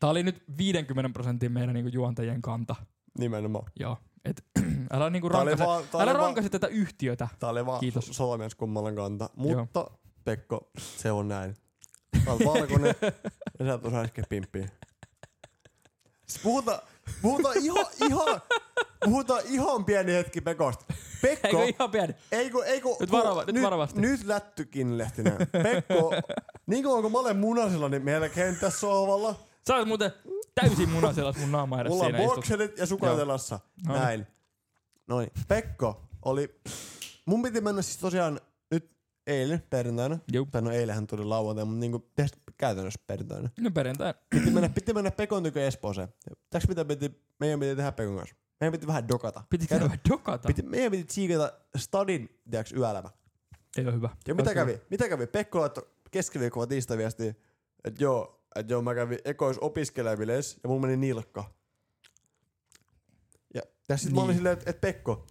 [SPEAKER 1] Tää oli nyt 50 prosentin meidän niinku juontajien kanta.
[SPEAKER 2] Nimenomaan.
[SPEAKER 1] Joo. Et, älä niinku
[SPEAKER 2] Tää oli,
[SPEAKER 1] rankase,
[SPEAKER 2] vaan, tää
[SPEAKER 1] älä
[SPEAKER 2] oli, vaan,
[SPEAKER 1] rankase tätä yhtiötä.
[SPEAKER 2] tää oli vaan
[SPEAKER 1] Kiitos.
[SPEAKER 2] salamies kummalan kanta. Mutta Pekko, se on näin. Sä oot valkoinen ja sä et osaa iskeä pimppiä. Siis puhutaan, puhutaan ihan, ihan, puhutaan ihan pieni hetki Pekosta. Pekko,
[SPEAKER 1] Eikö ihan pieni?
[SPEAKER 2] Ei kun, ei kun,
[SPEAKER 1] Nyt varava- nyt varovasti.
[SPEAKER 2] Nyt lättykin lehtinen. Pekko, niin kauan kun mä olen munasilla, niin meillä kenttä sohvalla.
[SPEAKER 1] Sä oot muuten täysin munaselas mun naama edes
[SPEAKER 2] Mulla on
[SPEAKER 1] siinä istut.
[SPEAKER 2] bokserit ja sukatelassa.
[SPEAKER 1] Joo. No niin.
[SPEAKER 2] Näin. Noin. Pekko oli... Mun piti mennä siis tosiaan nyt eilen perjantaina.
[SPEAKER 1] Juu.
[SPEAKER 2] Tai no eilähän tuli lauantaina, mutta niinku tehdä käytännössä perjantaina.
[SPEAKER 1] No perjantai.
[SPEAKER 2] Piti mennä, piti mennä Pekon tykö Espooseen. Täks mitä piti, meidän piti tehdä Pekon kanssa? Meidän piti vähän dokata.
[SPEAKER 1] Pitikö
[SPEAKER 2] Käydä-
[SPEAKER 1] vähän dokata?
[SPEAKER 2] piti, meidän piti tsiikata stadin, tiiäks, yöelämä.
[SPEAKER 1] Ei ole hyvä.
[SPEAKER 2] Ja mitä
[SPEAKER 1] Ois hyvä.
[SPEAKER 2] kävi? Mitä kävi? Pekko laittoi keskiviikkoa tiistaiviestiä, että joo, että joo mä kävin ekois opiskelevileis ja mulla meni nilkka. Ja, ja sit niin. mä olin
[SPEAKER 1] Niin.
[SPEAKER 2] silleen, että et Pekko,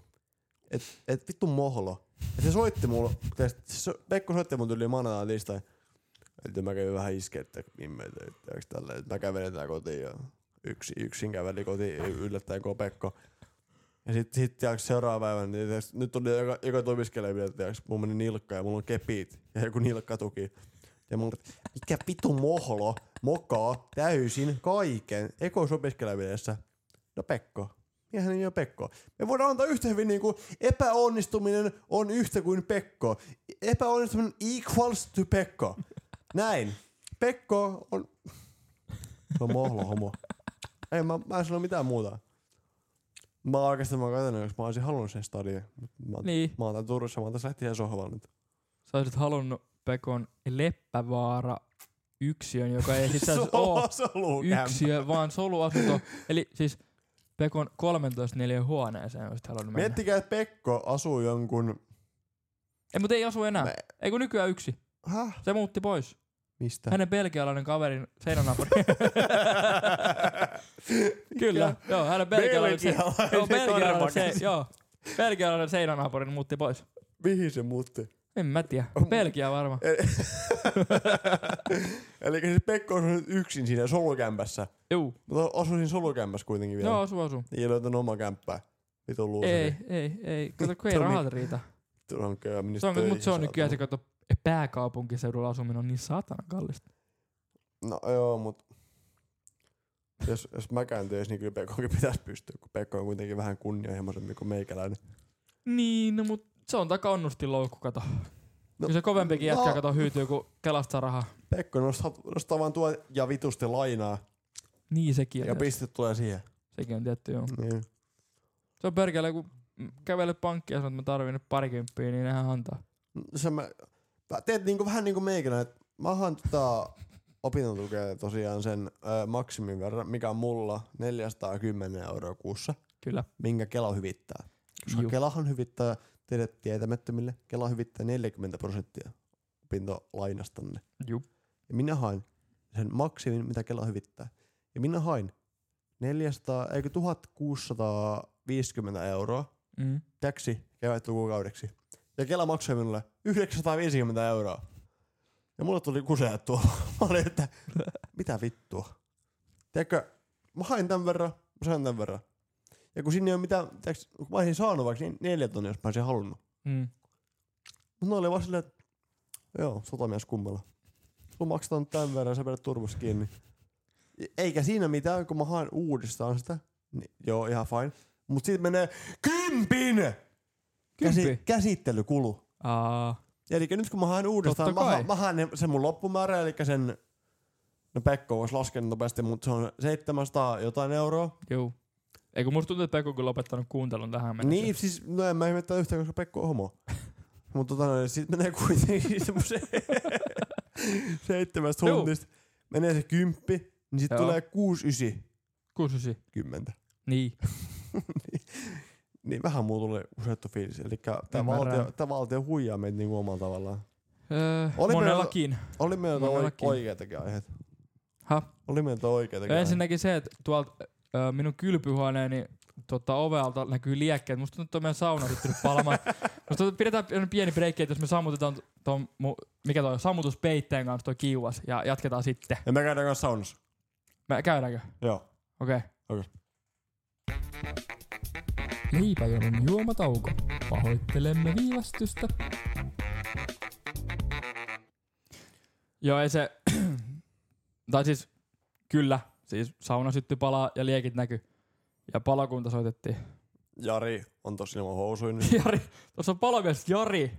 [SPEAKER 2] että et vittu mohlo. Ja se soitti mulla, se, se, Pekko soitti mun tyyliin maanantaina tiistai. Että mä kävin vähän iskettä, immeitä, että onks tällä, että mä kävelen tää kotiin ja yksi, yksin käveli kotiin yllättäen kun Pekko. Ja sit, sit tiiäks, seuraava päivä, niin tiiäks, nyt oli joka, joka toviskelee vielä, tiiäks, mulla meni nilkka ja mulla on kepit ja joku nilkkatuki. Ja mulla oli, mikä vitu mohlo, mokaa täysin kaiken ekoisopiskelemisessä. No Pekko, miehän ei ole Pekko. Me voidaan antaa yhtä hyvin niin kuin epäonnistuminen on yhtä kuin Pekko. Epäonnistuminen equals to Pekko. Näin. Pekko on... Se on mohlo homo. Ei, mä, mä en sano mitään muuta. Mä oon oikeesti mä oon katsonut, jos mä olisin halunnut sen stadion. Mut Mä, oon-
[SPEAKER 1] Niin.
[SPEAKER 2] mä oon täällä Turussa, mä oon tässä lähtien sohvalla nyt.
[SPEAKER 1] Sä olisit halunnut Pekon Leppävaara yksiön, joka ei itse asiassa ole yksiö, vaan soluasunto. Eli siis Pekon 13 neliön huoneeseen olisit halunnut mennä.
[SPEAKER 2] Miettikää, että Pekko asuu jonkun...
[SPEAKER 1] Ei, mutta ei asu enää.
[SPEAKER 2] Mä-
[SPEAKER 1] Ei kun nykyään yksi.
[SPEAKER 2] Häh?
[SPEAKER 1] Se muutti pois.
[SPEAKER 2] Mistä?
[SPEAKER 1] Hänen belgialainen kaverin seinänaapuri. Kyllä, joo, hänen belgialainen, se, joo, belgialainen, se, joo, belgialainen seinänaapuri muutti pois.
[SPEAKER 2] Mihin se muutti?
[SPEAKER 1] En mä tiedä.
[SPEAKER 2] Oh.
[SPEAKER 1] Belgia varmaan.
[SPEAKER 2] Eli siis Pekko on nyt yksin siinä solukämpässä.
[SPEAKER 1] Juu.
[SPEAKER 2] Mutta asuu siinä solukämpässä kuitenkin vielä.
[SPEAKER 1] Joo, asu, asu.
[SPEAKER 2] Ei löytänyt omaa kämppää. Vitu luuseri.
[SPEAKER 1] Ei, ei, ei. Kato, kun ei
[SPEAKER 2] Vittu,
[SPEAKER 1] rahat riitä.
[SPEAKER 2] Tuo on kyllä
[SPEAKER 1] Se on, mutta se on nykyään se, kato, pääkaupunkiseudulla asuminen on niin saatana kallista.
[SPEAKER 2] No joo, mut... Jos, jos mä käyn töissä, niin kyllä Pekkokin pitäisi pystyä, kun Pekko on kuitenkin vähän kunnianhimoisempi kuin meikäläinen.
[SPEAKER 1] Niin, no, mut se on takannustin loukku, kato.
[SPEAKER 2] No,
[SPEAKER 1] No, Kyllä se kovempikin
[SPEAKER 2] no.
[SPEAKER 1] jätkä, kato, hyytyy, kun kelasta saa rahaa.
[SPEAKER 2] Pekko nostaa, nostaa vaan tuo ja vitusti lainaa.
[SPEAKER 1] Niin sekin on,
[SPEAKER 2] Ja
[SPEAKER 1] tietysti.
[SPEAKER 2] piste tulee siihen.
[SPEAKER 1] sekin on tietty, joo.
[SPEAKER 2] Niin.
[SPEAKER 1] Se on perkele, kun mm, kävelee pankkia ja sanoo, että mä tarvin nyt parikymppiä, niin nehän antaa.
[SPEAKER 2] Se mä, mä teet niinku, vähän niinku meikänä, että mä haan tota opintotukea tosiaan sen ö, maksimin verran, mikä on mulla 410 euroa kuussa,
[SPEAKER 1] Kyllä.
[SPEAKER 2] minkä Kela hyvittää. Koska
[SPEAKER 1] Juu.
[SPEAKER 2] Kelahan hyvittää teille tietämättömille, Kela hyvittää 40 prosenttia opintolainastanne.
[SPEAKER 1] Juu.
[SPEAKER 2] Ja minä hain sen maksimin, mitä Kela hyvittää. Ja minä hain 400, eikö 1650 euroa
[SPEAKER 1] Mm.
[SPEAKER 2] täksi kevätlukukauden. Ja Kela maksoi minulle 950 euroa. Ja mulle tuli kuseet tuolla. Mä olin, että mitä vittua. Tiedätkö, mä hain tämän verran, mä sain tämän verran. Ja kun sinne ei ole mitään, tiedätkö, kun mä olisin saanut vaikka niin neljä tonnia, jos mä olisin halunnut.
[SPEAKER 1] Mm.
[SPEAKER 2] Mutta ne oli vaan silleen, että joo, sotamies kummalla. Sulla maksetaan nyt tämän verran, sä pidät turvassa kiinni. Eikä siinä mitään, kun mä haen uudestaan sitä. Niin, joo, ihan fine. Mut siitä menee kympin! Käsi,
[SPEAKER 1] Kympi.
[SPEAKER 2] käsittelykulu.
[SPEAKER 1] Aa,
[SPEAKER 2] Eli nyt kun mä haen uudestaan,
[SPEAKER 1] Totta
[SPEAKER 2] mä,
[SPEAKER 1] kai.
[SPEAKER 2] ha- mä haen ne- sen mun loppumäärä, eli sen, no Pekko voisi laskea nopeasti, mutta se on 700 jotain euroa.
[SPEAKER 1] juu. Eikö musta tuntuu, että Pekko on kyllä lopettanut kuuntelun tähän mennessä.
[SPEAKER 2] Niin, siis no en mä ihmettä yhtään, koska Pekko on homo. Mutta tota, noin, sit menee kuitenkin semmoiseen seitsemästä
[SPEAKER 1] Juu.
[SPEAKER 2] tunnista. Menee se kymppi, niin sit
[SPEAKER 1] Joo.
[SPEAKER 2] tulee kuusi ysi
[SPEAKER 1] Kuususi.
[SPEAKER 2] kymmentä.
[SPEAKER 1] Niin.
[SPEAKER 2] Niin vähän muu tulee useattu fiilis. Eli tää
[SPEAKER 1] Ymmärrän.
[SPEAKER 2] valtio, tää valtio huijaa meitä niinku omalla tavallaan.
[SPEAKER 1] Öö,
[SPEAKER 2] Oli
[SPEAKER 1] monellakin.
[SPEAKER 2] Oli
[SPEAKER 1] No
[SPEAKER 2] meillä jotain
[SPEAKER 1] Monellakin.
[SPEAKER 2] oikeitakin aiheita.
[SPEAKER 1] Häh?
[SPEAKER 2] Oli meillä jotain oikeitakin
[SPEAKER 1] Ja ensinnäkin se, että tuolta ö, minun kylpyhuoneeni tota, ovelta näkyy liekkeet. Musta tuntuu, että on meidän sauna ryhtynyt palamaan. Musta tuntuu, että pidetään pieni- pieni breikki, että jos me sammutetaan ton, mu, mikä toi, sammutuspeitteen kanssa toi kiuas ja jatketaan sitten.
[SPEAKER 2] Ja me käydään kanssa saunassa.
[SPEAKER 1] Mä, käydäänkö?
[SPEAKER 2] Joo.
[SPEAKER 1] Okei. Okay.
[SPEAKER 2] Okei.
[SPEAKER 1] Leipäjonon juomatauko. Pahoittelemme viivästystä. Joo, ei se... tai siis, kyllä. Siis sauna syttyi palaa ja liekit näky. Ja palokunta soitettiin.
[SPEAKER 2] Jari on tossa ilman housuin. nyt.
[SPEAKER 1] Jari, tuossa on palomies Jari.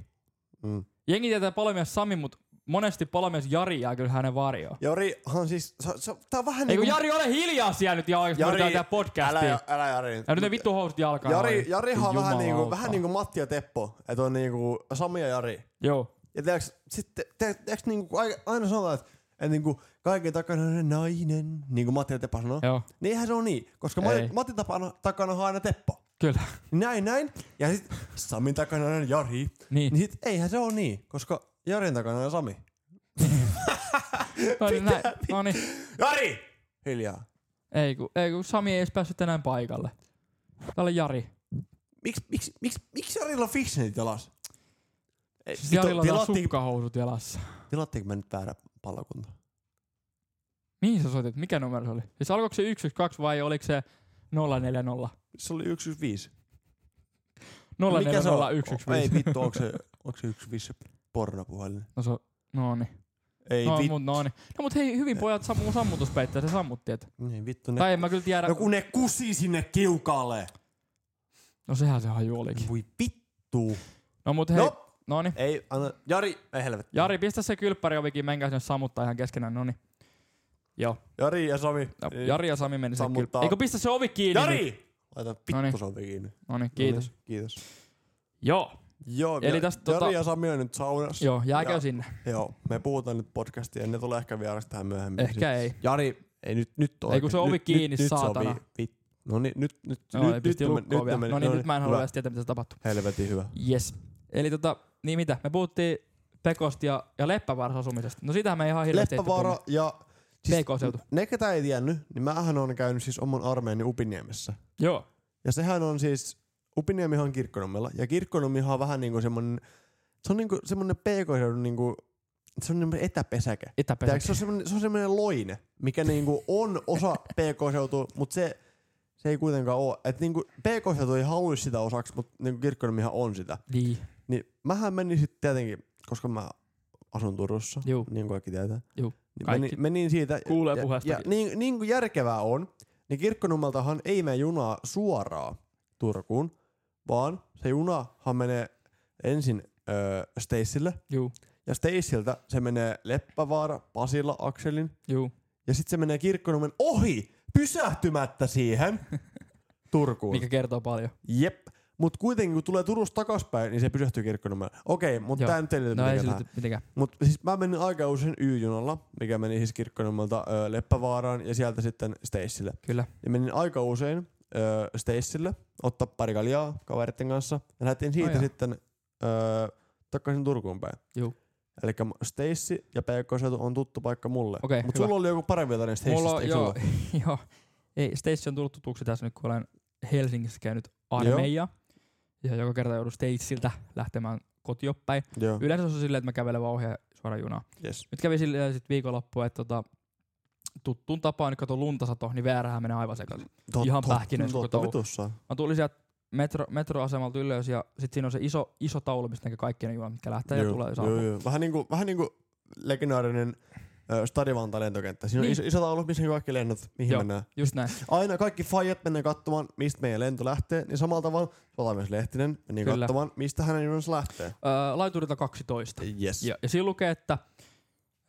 [SPEAKER 2] Mm.
[SPEAKER 1] Jengi tietää palomies Sami, mutta monesti palomies Jari jää kyllä hänen varjoon.
[SPEAKER 2] Jari on siis, se, se, tää on vähän
[SPEAKER 1] Ei
[SPEAKER 2] niinku...
[SPEAKER 1] kun Jari, ole hiljaa siellä nyt ja oikeesti
[SPEAKER 2] Jari,
[SPEAKER 1] me voidaan tehdä podcastia.
[SPEAKER 2] Älä, älä Jari.
[SPEAKER 1] ja nyt ne vittu housut jalkaan.
[SPEAKER 2] Jari,
[SPEAKER 1] Jari.
[SPEAKER 2] Jarihan on vähän
[SPEAKER 1] Jumalauta.
[SPEAKER 2] niinku, vähän niinku Matti ja Teppo. Että on niinku Sami ja Jari.
[SPEAKER 1] Joo.
[SPEAKER 2] Ja tiiäks, sitten, te, tiiäks niinku, aina, aina sanotaan, että et niinku, kaiken takana on nainen, niin kuin Matti ja Teppo sanoo.
[SPEAKER 1] Joo,
[SPEAKER 2] Niin eihän se on niin, koska
[SPEAKER 1] Ei.
[SPEAKER 2] Matti, Matti tapana, takana on aina Teppo. Niin
[SPEAKER 1] kyllä.
[SPEAKER 2] Näin, näin. Ja sit Samin takana on Jari.
[SPEAKER 1] Niin.
[SPEAKER 2] Niin sit eihän se on niin, koska Jarin takana on Sami.
[SPEAKER 1] No niin, näin. No niin.
[SPEAKER 2] Jari! Hiljaa.
[SPEAKER 1] Ei kun, ei kun Sami ei edes päässyt tänään paikalle. Täällä on Jari.
[SPEAKER 2] Miksi miks, miks, miks Jarilla on fixnetit jalas? Ei,
[SPEAKER 1] Siis
[SPEAKER 2] vittu,
[SPEAKER 1] Jarilla on täällä
[SPEAKER 2] tilattiin-
[SPEAKER 1] sukkahousut jalassa.
[SPEAKER 2] Tilattiinko me nyt väärä palokunta?
[SPEAKER 1] Mihin sä soitit? Mikä numero se oli? Siis alkoiko se 112 vai oliko se 040?
[SPEAKER 2] Se oli 115.
[SPEAKER 1] 040
[SPEAKER 2] Ei vittu, onko se, onko se 115 se pornopuhelin?
[SPEAKER 1] No se on, no niin.
[SPEAKER 2] Ei
[SPEAKER 1] No,
[SPEAKER 2] vittu.
[SPEAKER 1] mut, no niin. No mut hei, hyvin pojat sammuu sammutuspeittää, se sammutti. Et.
[SPEAKER 2] Niin vittu. Ne,
[SPEAKER 1] Tai en mä kyllä tiedä.
[SPEAKER 2] no kun ne kusi sinne kiukalle.
[SPEAKER 1] No sehän se haju olikin.
[SPEAKER 2] Voi vittu.
[SPEAKER 1] No mut hei, no.
[SPEAKER 2] No,
[SPEAKER 1] niin.
[SPEAKER 2] ei, anna. Jari, ei helvetti.
[SPEAKER 1] Jari, pistä se kylppäri ovikin, menkää sinne sammuttaa ihan keskenään, no niin. Joo,
[SPEAKER 2] Jari ja Sami.
[SPEAKER 1] no,
[SPEAKER 2] Ei.
[SPEAKER 1] Jari ja Sami meni sen
[SPEAKER 2] Sammuttaa.
[SPEAKER 1] kylppäri. Eikö pistä se ovi kiinni? nyt?
[SPEAKER 2] Jari! Laita
[SPEAKER 1] Noniin.
[SPEAKER 2] vittu sovi kiinni.
[SPEAKER 1] No niin, kiitos.
[SPEAKER 2] Noniin, Kiitos.
[SPEAKER 1] Joo,
[SPEAKER 2] Joo,
[SPEAKER 1] Eli
[SPEAKER 2] Eli
[SPEAKER 1] tästä
[SPEAKER 2] tästä, Jari
[SPEAKER 1] tota-
[SPEAKER 2] ja Sami on nyt saunassa.
[SPEAKER 1] joo, jääkö
[SPEAKER 2] Joo.
[SPEAKER 1] sinne?
[SPEAKER 2] Joo, me puhutaan nyt podcastia, ne tulee ehkä vieras tähän myöhemmin.
[SPEAKER 1] Ehkä ei.
[SPEAKER 2] Jari, ei siis. nyt, nyt ole.
[SPEAKER 1] Ei, kun se ovi
[SPEAKER 2] nyt,
[SPEAKER 1] kiinni,
[SPEAKER 2] nyt, nyt
[SPEAKER 1] saatana.
[SPEAKER 2] se ovi, vit, no niin, nyt, nyt,
[SPEAKER 1] Joo, ei
[SPEAKER 2] nyt, nyt,
[SPEAKER 1] pisti
[SPEAKER 2] ne meni-
[SPEAKER 1] lukkoa
[SPEAKER 2] ne
[SPEAKER 1] vielä.
[SPEAKER 2] meni-
[SPEAKER 1] No niin, nyt mä en halua
[SPEAKER 2] hyvä.
[SPEAKER 1] edes tietää, mitä se tapahtuu.
[SPEAKER 2] Helvetin hyvä.
[SPEAKER 1] Yes. Eli tota, niin mitä? Me puhuttiin Pekosta ja, ja Leppävaarassa asumisesta. No sitähän me ei ihan hirveästi ehditty
[SPEAKER 2] Leppävaara ja... siis
[SPEAKER 1] PK-seutu.
[SPEAKER 2] ne, ketä ei tiennyt, niin mähän on käynyt siis oman armeeni Upiniemessä.
[SPEAKER 1] puhumaan. Joo.
[SPEAKER 2] Ja sehän on siis, Upiniemihan on kirkkonummella. Ja kirkkonummihan on vähän niinku semmonen, se on niinku semmonen PK-seudun niinku, se on semmonen etäpesäke.
[SPEAKER 1] Itäpesä.
[SPEAKER 2] Tiedätkö, se, on semmonen, se on semmoinen loine, mikä niinku on osa PK-seutua, mutta se, se ei kuitenkaan ole. Et niinku PK-seutu ei haluaisi sitä osaksi, mutta niinku kirkkonomihan on sitä.
[SPEAKER 1] Niin.
[SPEAKER 2] Niin mähän menin sitten tietenkin, koska mä asun Turussa,
[SPEAKER 1] Juu.
[SPEAKER 2] niin kuin kaikki tietää.
[SPEAKER 1] Juu,
[SPEAKER 2] Niin
[SPEAKER 1] kaikki
[SPEAKER 2] menin, menin siitä.
[SPEAKER 1] kuulee
[SPEAKER 2] ja, ja
[SPEAKER 1] puheestakin.
[SPEAKER 2] niin, niin kuin järkevää on, niin kirkkonummeltahan ei mene junaa suoraan Turkuun, vaan se junahan menee ensin öö, Steissille,
[SPEAKER 1] Juu,
[SPEAKER 2] ja Stacelta se menee Leppävaara, Pasilla, Akselin.
[SPEAKER 1] juu.
[SPEAKER 2] Ja sitten se menee Kirkkonummen ohi, pysähtymättä siihen Turkuun.
[SPEAKER 1] Mikä kertoo paljon.
[SPEAKER 2] Jep. Mut kuitenkin kun tulee Turusta takaspäin, niin se pysähtyy Kirkkonummelle. Okei, mut
[SPEAKER 1] Joo.
[SPEAKER 2] tää nyt ei liity
[SPEAKER 1] No ei se
[SPEAKER 2] mitenkään.
[SPEAKER 1] liity mitenkään.
[SPEAKER 2] Mut siis mä menin aika usein Y-junalla, mikä meni siis Kirkkonummelta ö, Leppävaaraan ja sieltä sitten Stacelle.
[SPEAKER 1] Kyllä.
[SPEAKER 2] Ja menin aika usein ö, Stacelle ottaa pari kaljaa kavereiden kanssa. Ja lähdettiin siitä
[SPEAKER 1] jaa.
[SPEAKER 2] sitten ö, takaisin Turkuun päin.
[SPEAKER 1] Juu.
[SPEAKER 2] Eli Stacy ja PK-seutu on tuttu paikka mulle.
[SPEAKER 1] Okei,
[SPEAKER 2] Mut
[SPEAKER 1] hyvä.
[SPEAKER 2] sulla oli joku parempi jotain Stacystä,
[SPEAKER 1] Mulla on,
[SPEAKER 2] eikö
[SPEAKER 1] joo,
[SPEAKER 2] sulla?
[SPEAKER 1] joo. Ei, Stacy on tullut tutuksi tässä nyt, kun olen Helsingissä käynyt armeija. Ja joka kerta joudun Stacyltä lähtemään kotiopäin.
[SPEAKER 2] Joo.
[SPEAKER 1] Yleensä se on silleen, että mä kävelen vaan ohjaa suoraan junaan.
[SPEAKER 2] Yes.
[SPEAKER 1] Nyt kävi silleen sit viikonloppua, että tota, tuttuun tapaan, nyt kato lunta sato, niin väärähän menee aivan sekaisin.
[SPEAKER 2] Tot,
[SPEAKER 1] Ihan pähkinöissä koko
[SPEAKER 2] Totta
[SPEAKER 1] touhu.
[SPEAKER 2] vitussa.
[SPEAKER 1] Mä tulin sieltä metro, metroasemalta ylös ja sit siinä on se iso, iso taulu, mistä näkee kaikki ne junat, mitkä lähtee ja
[SPEAKER 2] Joo,
[SPEAKER 1] tulee ja
[SPEAKER 2] joo,
[SPEAKER 1] saapuu.
[SPEAKER 2] joo. Vähän niinku, vähän niinku legendaarinen ö, Stadivanta lentokenttä. Siinä
[SPEAKER 1] Niin.
[SPEAKER 2] on iso, iso taulu, missä on kaikki lennot, mihin
[SPEAKER 1] Joo.
[SPEAKER 2] joo. mennään.
[SPEAKER 1] Just näin.
[SPEAKER 2] Aina kaikki fajat menee katsomaan, mistä meidän lento lähtee. Niin samalla tavalla Palamies Lehtinen meni
[SPEAKER 1] Kyllä.
[SPEAKER 2] katsomaan, mistä hänen junansa lähtee.
[SPEAKER 1] Öö, laiturilta 12.
[SPEAKER 2] Yes.
[SPEAKER 1] Ja, ja siinä lukee, että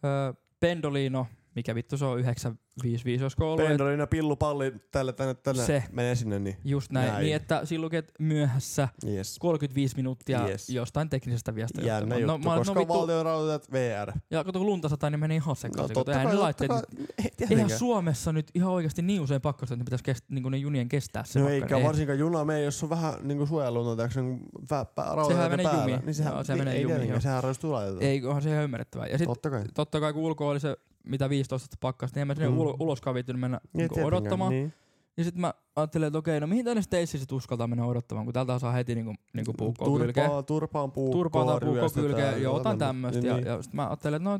[SPEAKER 1] öö, Pendolino, mikä vittu se on, 955 olisiko ollut. et-
[SPEAKER 2] Pendolin ja pillupalli tälle tänne, tänne
[SPEAKER 1] Se.
[SPEAKER 2] menee sinne. Niin.
[SPEAKER 1] Just näin.
[SPEAKER 2] Näin.
[SPEAKER 1] Niin, että siinä lukee, että myöhässä
[SPEAKER 2] Yes.
[SPEAKER 1] 35 minuuttia
[SPEAKER 2] Yes.
[SPEAKER 1] jostain teknisestä viestistä.
[SPEAKER 2] Jännä juttu,
[SPEAKER 1] mä, oon,
[SPEAKER 2] koska
[SPEAKER 1] no, vittu,
[SPEAKER 2] valtionrautatiet VR.
[SPEAKER 1] ja kato, kun lunta sataa, niin meni ihan sekaisin. No,
[SPEAKER 2] totta
[SPEAKER 1] eihän
[SPEAKER 2] kai,
[SPEAKER 1] ne
[SPEAKER 2] totta
[SPEAKER 1] laitteet
[SPEAKER 2] kai.
[SPEAKER 1] nyt
[SPEAKER 2] Ei
[SPEAKER 1] Eihän
[SPEAKER 2] tietenkään.
[SPEAKER 1] Suomessa nyt ihan oikeasti niin usein pakkosta, että ne pitäisi kest, niin ne junien kestää se
[SPEAKER 2] No
[SPEAKER 1] pakkanen.
[SPEAKER 2] eikä varsinkaan juna mene, jos on vähän niinku suojelun oteeksi niin
[SPEAKER 1] Sehän
[SPEAKER 2] rautateitä
[SPEAKER 1] menee
[SPEAKER 2] päällä.
[SPEAKER 1] jumiin.
[SPEAKER 2] Niin sehän,
[SPEAKER 1] Joo,
[SPEAKER 2] no,
[SPEAKER 1] se
[SPEAKER 2] se
[SPEAKER 1] menee
[SPEAKER 2] menee ei,
[SPEAKER 1] jumiin,
[SPEAKER 2] jumiin.
[SPEAKER 1] joo.
[SPEAKER 2] Ei, sehän raistuu laitetaan.
[SPEAKER 1] Ei, onhan se ihan ymmärrettävää. Ja sit, niinku
[SPEAKER 2] Totta kai.
[SPEAKER 1] totta kai kun ulkoa oli se mitä 15 pakkasta, niin en mä sinne
[SPEAKER 2] Mm.
[SPEAKER 1] ulo, uloskaan viittynyt mennä
[SPEAKER 2] Ei
[SPEAKER 1] niin
[SPEAKER 2] tietenkään,
[SPEAKER 1] odottamaan. Niin.
[SPEAKER 2] Niin.
[SPEAKER 1] Ja sitten mä ajattelin, että okei, no mihin tänne Stacy sit uskaltaa mennä odottamaan, kun täältä saa heti niinku, niinku puukkoa kylkeen.
[SPEAKER 2] Turpaa, turpaan puukkoa,
[SPEAKER 1] Turpaa tai puukkoa
[SPEAKER 2] ryöstetään niin
[SPEAKER 1] kylkeen ja otan
[SPEAKER 2] tämmöstä.
[SPEAKER 1] tämmöistä. Ja, ja sit mä ajattelin, että no,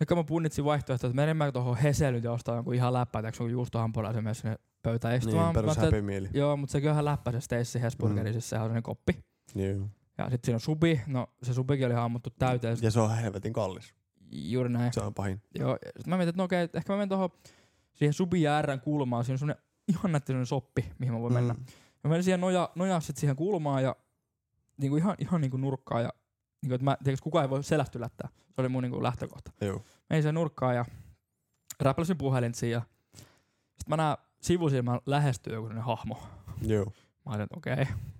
[SPEAKER 1] ehkä mä punnitsin vaihtoehtoja, että menen mä tuohon Heselyt ja ostaa jonkun ihan läppä, että kun juustohampurilaisen mennä sinne pöytään
[SPEAKER 2] Niin, niin
[SPEAKER 1] istumaan. Mä
[SPEAKER 2] perus
[SPEAKER 1] ajattelin,
[SPEAKER 2] happy meal.
[SPEAKER 1] että Joo, mutta sekin on ihan läppä se Stacy Hesburgeri,
[SPEAKER 2] Mm.
[SPEAKER 1] siis sehän on sellainen koppi.
[SPEAKER 2] Niin.
[SPEAKER 1] Ja sitten siinä on subi, no se subikin oli hammuttu täyteen,
[SPEAKER 2] Ja se on helvetin kallis.
[SPEAKER 1] juuri näin.
[SPEAKER 2] Se on pahin.
[SPEAKER 1] Joo, ja sit mä mietin, että no okei, että ehkä mä menen tuohon siihen Subi ja Rn kulmaan. Siinä on semmonen ihan nätti semmonen soppi, mihin mä voin mennä.
[SPEAKER 2] Mm.
[SPEAKER 1] Mä menin siihen noja, nojaa sit siihen kulmaan ja niinku ihan, ihan niinku nurkkaan. Ja, niinku, että mä, tiedätkö, kukaan ei voi selästä lättää. Se oli mun niinku lähtökohta.
[SPEAKER 2] Joo.
[SPEAKER 1] Menin siihen nurkkaan ja räpläsin puhelin siihen. Ja sit mä näen sivusilmän lähestyy joku semmonen hahmo.
[SPEAKER 2] Joo.
[SPEAKER 1] Mä ajattelin, että okei.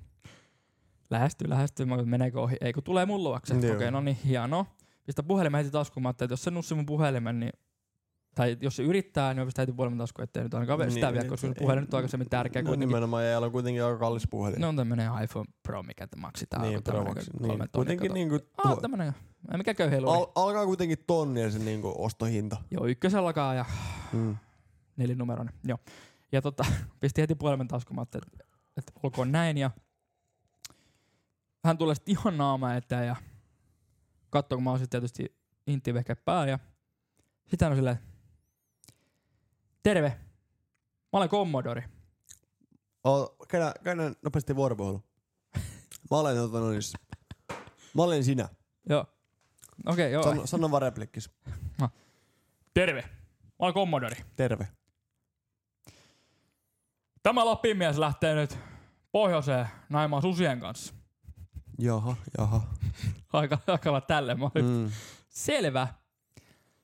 [SPEAKER 1] Lähestyy, lähestyy. Mä ajattelin, meneekö ohi. Ei kun tulee mun luokse.
[SPEAKER 2] Joo.
[SPEAKER 1] Okei, no niin, hieno. Pistä puhelimen heti taskuun. Mä ajattelin, että jos se nussi mun puhelimen, niin tai jos se yrittää, niin mä pistän heti puhelimen taskuun, ettei nyt ainakaan niin,
[SPEAKER 2] Niin,
[SPEAKER 1] sitä vielä,
[SPEAKER 2] niin,
[SPEAKER 1] koska se
[SPEAKER 2] ei-
[SPEAKER 1] puhelin nyt on aikaisemmin tärkeä
[SPEAKER 2] no,
[SPEAKER 1] kuitenkin.
[SPEAKER 2] Nimenomaan, ja jäljellä on kuitenkin aika kallis puhelin.
[SPEAKER 1] No on tämmönen iPhone Pro, mikä te maksetaan.
[SPEAKER 2] niin,
[SPEAKER 1] joku tämmönen
[SPEAKER 2] promoksi.
[SPEAKER 1] kolme
[SPEAKER 2] Niin.
[SPEAKER 1] tonnia,
[SPEAKER 2] Kuitenkin
[SPEAKER 1] kato.
[SPEAKER 2] niinku
[SPEAKER 1] Ah,
[SPEAKER 2] tuo-
[SPEAKER 1] tämmönen. Ei mikä köyhä Al-
[SPEAKER 2] al- alkaa kuitenkin tonnia se niinku ostohinta.
[SPEAKER 1] Joo, ykkösellakaan ja
[SPEAKER 2] Mm.
[SPEAKER 1] nelinumeroinen. Joo. Ja tota, pisti heti puhelimen taskuun, mä ajattelin, että, että olkoon näin. Ja hän tulee sitten ihan naama eteen ja katsoo, kun mä oon sit tietysti inttivehke päällä. Ja sitten hän on silleen, terve, mä olen Commodori.
[SPEAKER 2] O, käydään, käydään nopeasti vuoropuhelu. Mä olen tota noin, jos- Mä olen sinä.
[SPEAKER 1] Joo. Okei, okay, joo.
[SPEAKER 2] Sano, sano vaan replikkis.
[SPEAKER 1] Terve, mä olen Commodori.
[SPEAKER 2] Terve.
[SPEAKER 1] Tämä Lappimies lähtee nyt pohjoiseen naimaan susien kanssa.
[SPEAKER 2] Jaha, jaha.
[SPEAKER 1] Aika, aika lailla tälle. Mä olin,
[SPEAKER 2] Mm.
[SPEAKER 1] Selvä.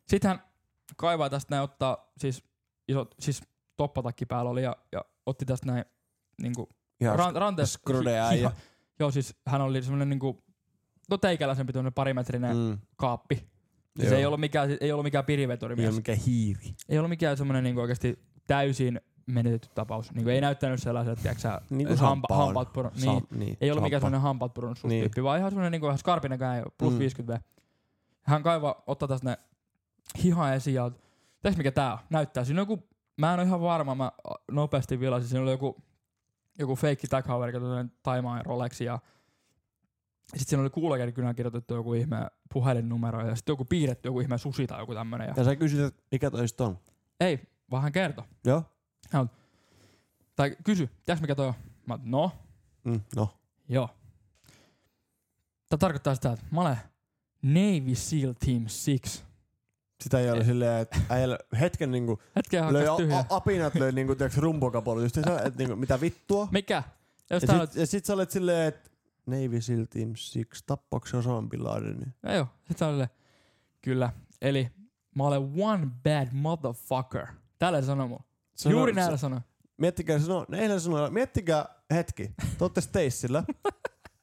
[SPEAKER 1] Sitten hän kaivaa tästä näin, ottaa siis isot, siis toppatakki päällä oli ja, ja otti tästä näin niinku
[SPEAKER 2] Ihan
[SPEAKER 1] ran, ranteessa.
[SPEAKER 2] skrudea ja...
[SPEAKER 1] Joo, siis hän oli semmoinen niinku, no teikäläisempi tuonne parimetrinen mm,
[SPEAKER 2] Mm.
[SPEAKER 1] kaappi. Ja
[SPEAKER 2] Joo.
[SPEAKER 1] se ei ollut mikään, ei ollut mikään piriveturimies.
[SPEAKER 2] Ei ole mikään hiiri.
[SPEAKER 1] Ei ollut mikään semmoinen niinku oikeasti täysin menetetty tapaus. Niinku ei näyttänyt sellaiselta, tiedätkö sä,
[SPEAKER 2] Niin kuin
[SPEAKER 1] hampa-
[SPEAKER 2] samppa on.
[SPEAKER 1] hampaat puro, niin,
[SPEAKER 2] Sam- niin.
[SPEAKER 1] ei ollut mikään
[SPEAKER 2] samppa.
[SPEAKER 1] semmoinen hampaat purunut
[SPEAKER 2] Niin.
[SPEAKER 1] niin. vaan ihan semmoinen niinku ihan skarpinenkaan, plus
[SPEAKER 2] Mm.
[SPEAKER 1] mm. 50 V. Hän kaivaa, ottaa tästä ne hiha esiin ja tiedätkö mikä tää on? Näyttää. Siinä on joku, mä en ole ihan varma, mä a, nopeasti vilasin, siinä oli joku, joku feikki Tag Heuer, joka tämmönen Taimaan Rolex ja sitten siinä oli kuulokärkynään kirjoitettu joku ihme puhelinnumero ja sitten joku piirretty joku ihme susi tai joku tämmönen. Ja...
[SPEAKER 2] Ja sä kysyt, että mikä toi sit on.
[SPEAKER 1] Ei, vaan hän kertoi.
[SPEAKER 2] Joo.
[SPEAKER 1] Tai kysy, tiedätkö mikä toi on? Mä, oon, no,
[SPEAKER 2] Mm, no.
[SPEAKER 1] Joo. Tämä tarkoittaa sitä, että mä olen Navy SEAL Team 6.
[SPEAKER 2] Sitä ei ole
[SPEAKER 1] Ei.
[SPEAKER 2] silleen, että äijällä hetken niinku
[SPEAKER 1] Hetken ihan
[SPEAKER 2] löi
[SPEAKER 1] kas
[SPEAKER 2] a-
[SPEAKER 1] tyhjää.
[SPEAKER 2] a- apinat löi niinku tiiäks rumpokapolla just se, että niinku mitä vittua.
[SPEAKER 1] Mikä? Jos
[SPEAKER 2] Ja
[SPEAKER 1] tää on...
[SPEAKER 2] sit, ja sit sä olet silleen, että Navy SEAL Team 6, tappaako se Osama Bin Ladenin?
[SPEAKER 1] Ei oo. Sit on silleen, Kyllä. Eli mä olen one bad motherfucker. Tällä se sanoo mulla.
[SPEAKER 2] Sano-
[SPEAKER 1] Juuri
[SPEAKER 2] se-
[SPEAKER 1] näillä sanoo.
[SPEAKER 2] Miettikää, sano, ne eilen sanoilla, miettikää hetki, te ootte Stacella.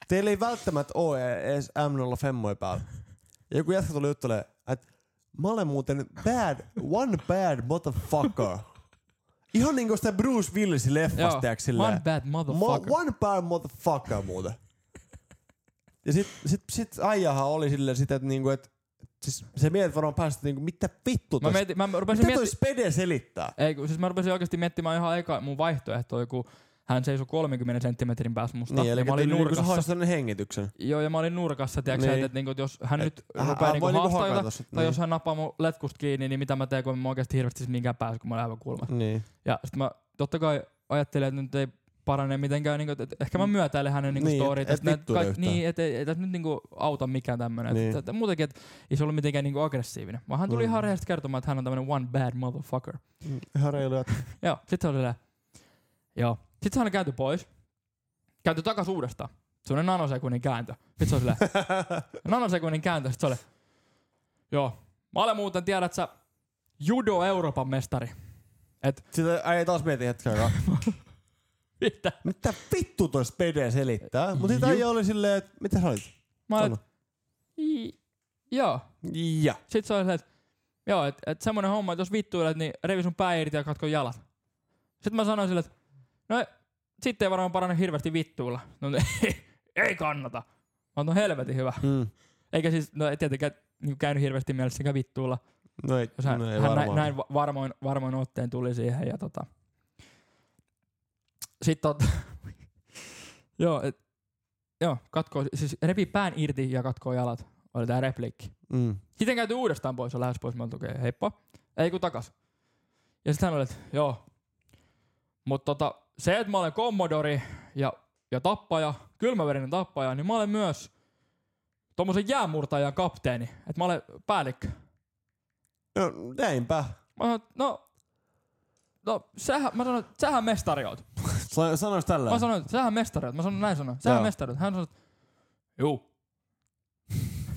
[SPEAKER 2] Teillä ei välttämättä e- ole edes M05 päällä. Ja joku jätkä tuli juttelee, että mä olen muuten bad, one bad motherfucker. Ihan niinku sitä Bruce Willisi leffasta, tiiäks
[SPEAKER 1] One
[SPEAKER 2] silleen.
[SPEAKER 1] bad motherfucker.
[SPEAKER 2] Mo- one bad motherfucker muuten. Ja sit, sit, sit Aijahan oli silleen sitä, että niinku, et, siis se mietit varmaan päästä niinku, mitä vittu
[SPEAKER 1] mä,
[SPEAKER 2] tos,
[SPEAKER 1] mietin, mä rupesin
[SPEAKER 2] mitä toi
[SPEAKER 1] miettimään...
[SPEAKER 2] spede selittää?
[SPEAKER 1] Ei, kun, siis mä rupesin oikeasti miettimään ihan eka mun vaihtoehto joku hän seisoi 30 senttimetrin päässä musta.
[SPEAKER 2] Niin, eli
[SPEAKER 1] ja mä olin
[SPEAKER 2] niinku sä
[SPEAKER 1] nurkassa.
[SPEAKER 2] haistat sen hengityksen.
[SPEAKER 1] Joo, ja mä olin nurkassa, tiedätkö niin. että,
[SPEAKER 2] Niin.
[SPEAKER 1] että, niinku, että jos hän
[SPEAKER 2] Et-
[SPEAKER 1] nyt
[SPEAKER 2] Hän-
[SPEAKER 1] rupeaa
[SPEAKER 2] hän
[SPEAKER 1] niinku
[SPEAKER 2] voi niinku
[SPEAKER 1] haastaa jotain,
[SPEAKER 2] hakata sut,
[SPEAKER 1] Tai
[SPEAKER 2] niin.
[SPEAKER 1] jos hän napaa mun letkusta kiinni, niin mitä mä teen, kun mä oikeasti hirveästi siis minkään päässä, kun mä olen aivan kulmassa.
[SPEAKER 2] Niin.
[SPEAKER 1] Ja sit mä totta kai ajattelin, että nyt ei parane mitenkään, niin kuin, että ehkä mä
[SPEAKER 2] Mm.
[SPEAKER 1] myötäilen hänen niin,
[SPEAKER 2] Niin,
[SPEAKER 1] story.
[SPEAKER 2] et- et
[SPEAKER 1] tästä näin,
[SPEAKER 2] vittuile
[SPEAKER 1] kaik-
[SPEAKER 2] yhtään.
[SPEAKER 1] niin, et, ei, ei tässä nyt niin kuin auta mikään tämmönen.
[SPEAKER 2] Niin.
[SPEAKER 1] Niin. Että, muutenkin, että ei se ollut mitenkään niin kuin aggressiivinen. Vaan hän tuli
[SPEAKER 2] Mm.
[SPEAKER 1] mm. ihan rehellisesti kertomaan, että hän on tämmönen one bad motherfucker.
[SPEAKER 2] Ihan reilu jätkä.
[SPEAKER 1] Joo, sit se oli silleen, joo. Sit se on käänty pois. Käänty takas uudestaan. Semmonen nanosekunnin kääntö. Sit se on silleen, nanosekunnin kääntö. Sit se oli, joo. Mä olen muuten, tiedät sä, judo Euroopan mestari.
[SPEAKER 2] Sitä ei taas mieti hetken aikaa.
[SPEAKER 1] Mitä?
[SPEAKER 2] Mitä vittu toi spede selittää? Mut sitä
[SPEAKER 1] Ju-
[SPEAKER 2] ei oli silleen, että mitä sä olit?
[SPEAKER 1] Mä olen,
[SPEAKER 2] Sano.
[SPEAKER 1] "Ii, joo.
[SPEAKER 2] Ja.
[SPEAKER 1] Sit se oli silleen, että joo, et, et semmonen homma, että jos vittuilet, niin revi sun pää irti ja katko jalat. Sitten mä sanoin silleen, että no ei- sitten ei varmaan parane hirveästi vittuilla. No ei, ei kannata. Mä oon no helvetin hyvä.
[SPEAKER 2] Mm.
[SPEAKER 1] Eikä siis, no ei tietenkään niin käynyt hirveästi mielessä sekä vittuulla,
[SPEAKER 2] No ei,
[SPEAKER 1] jos hän,
[SPEAKER 2] no ei
[SPEAKER 1] hän
[SPEAKER 2] varmaan.
[SPEAKER 1] näin, näin va- varmoin, varmoin otteen tuli siihen. Ja tota. sitten on... joo, et, joo, katkoo, siis repi pään irti ja katkoo jalat. Oli tää repliikki.
[SPEAKER 2] Mm.
[SPEAKER 1] Sitten käyty uudestaan pois, on lähes pois. Mä olin, okei, heippa. Ei kun takas. Ja sitten hän oli, että joo. Mutta tota, se, että mä olen kommodori ja, ja tappaja, kylmäverinen tappaja, niin mä olen myös tommosen jäämurtajan kapteeni. Että mä olen päällikkö.
[SPEAKER 2] No, näinpä.
[SPEAKER 1] Mä sanoin, että no, no sähän, mä sanoin, että sähän mestari oot.
[SPEAKER 2] Sa- Sanois tällä.
[SPEAKER 1] Mä sanoin, että sähän mestari oot. Mä sanoin näin sanoin. Sähän
[SPEAKER 2] Joo.
[SPEAKER 1] mestari oot. Hän sanoi, että juu.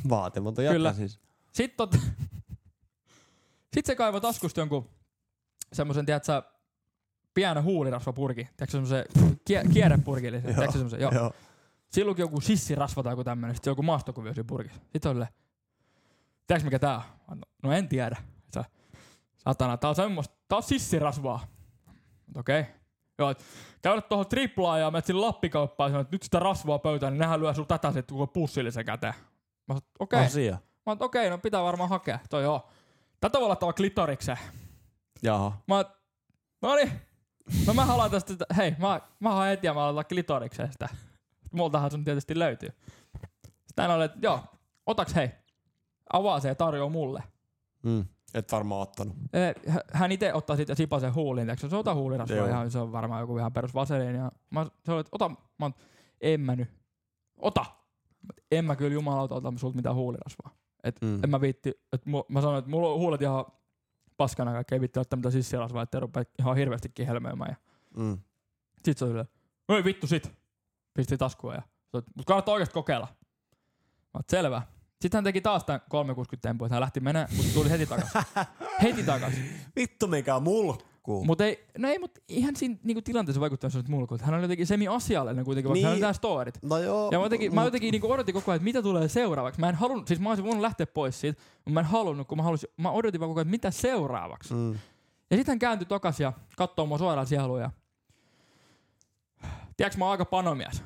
[SPEAKER 2] Vaatimaton jätkä
[SPEAKER 1] Kyllä.
[SPEAKER 2] siis.
[SPEAKER 1] Sitten tot... Sit se kaivoi taskusta jonkun semmosen, tiedät sä, pienen huulirasvapurki. Tiedätkö semmosen kie- kierrepurkillisen?
[SPEAKER 2] Joo.
[SPEAKER 1] Tiedätkö semmosen? Joo.
[SPEAKER 2] Joo.
[SPEAKER 1] Sillä luki joku sissirasva tai joku tämmönen. Sitten joku maastokuvio siinä purkissa. Sitten on silleen, tiedätkö mikä tää on? Mä oon, No en tiedä. Sä, satana, tää on semmoista, tää on sissirasvaa. Mut Okei. Okay. Joo, et käydä tuohon triplaan ja menet sinne Lappikauppaan ja sanot, että nyt sitä rasvaa pöytään, niin nehän lyö sun tätä sitten kun pussillisen käteen. Mä sanoin, okei. Okay.
[SPEAKER 2] Asia.
[SPEAKER 1] Mä oon, okei, no pitää varmaan hakea. Toi joo. Tätä voi laittaa klitorikseen.
[SPEAKER 2] Jaha.
[SPEAKER 1] Mä oon, no niin. No mä haluan tästä, sitä- hei, mä, mä haen heti ja mä laitan klitorikseen sitä. Multahan sun tietysti löytyy. Sitten hän oli, että joo, otaks hei. Avaa se ja tarjoa mulle.
[SPEAKER 2] Mm. Et varmaan ottanut.
[SPEAKER 1] Ee, hä- Hän itse ottaa siitä sipasen huuliin, eikö se ota huulirasvaa
[SPEAKER 2] Joo.
[SPEAKER 1] ihan, se on varmaan joku ihan perus vaseliin. Ja mä, se oli, että ota, mä oon, en mä nyt. Ota. Mä oon, En mä kyllä jumalauta ota sulta mitään huulirasvaa.
[SPEAKER 2] Mm.
[SPEAKER 1] en mä viitti, että mu, mä sanoin, että mulla on huulet ihan paskana kaikki, ei viitti ottaa mitään sissirasvaa, ettei rupea ihan hirveästikin helmöimään. Ja
[SPEAKER 2] Mm.
[SPEAKER 1] sit se oli silleen, ei vittu sit, pisti taskua ja sanoin, mut kannattaa oikeesti kokeilla. Mä oon, selvä. Sitten hän teki taas tämän 360 tempun, että hän lähti menee, mutta tuli heti takas. heti takas.
[SPEAKER 2] Vittu mikä mulkku.
[SPEAKER 1] Mut ei, no ei, mut ihan siinä niinku, tilanteessa vaikuttaa sellaiset mulkut. Hän on jotenkin semi-asiallinen kuitenkin, vaikka
[SPEAKER 2] Niin.
[SPEAKER 1] hän on nämä storit.
[SPEAKER 2] no joo.
[SPEAKER 1] Ja mä jotenkin, mä
[SPEAKER 2] mut-
[SPEAKER 1] jotenkin niinku odotin koko ajan, että mitä tulee seuraavaksi. Mä en halunnut, siis mä olisin voinut lähteä pois siitä, mutta mä en halunnut, kun mä, halusin, mä odotin vaan koko ajan, että mitä seuraavaksi. Mm.
[SPEAKER 2] Mm.
[SPEAKER 1] Ja sitten hän kääntyi takas ja katsoi mua suoraan sieluun ja... Tiedätkö, mä oon aika panomies.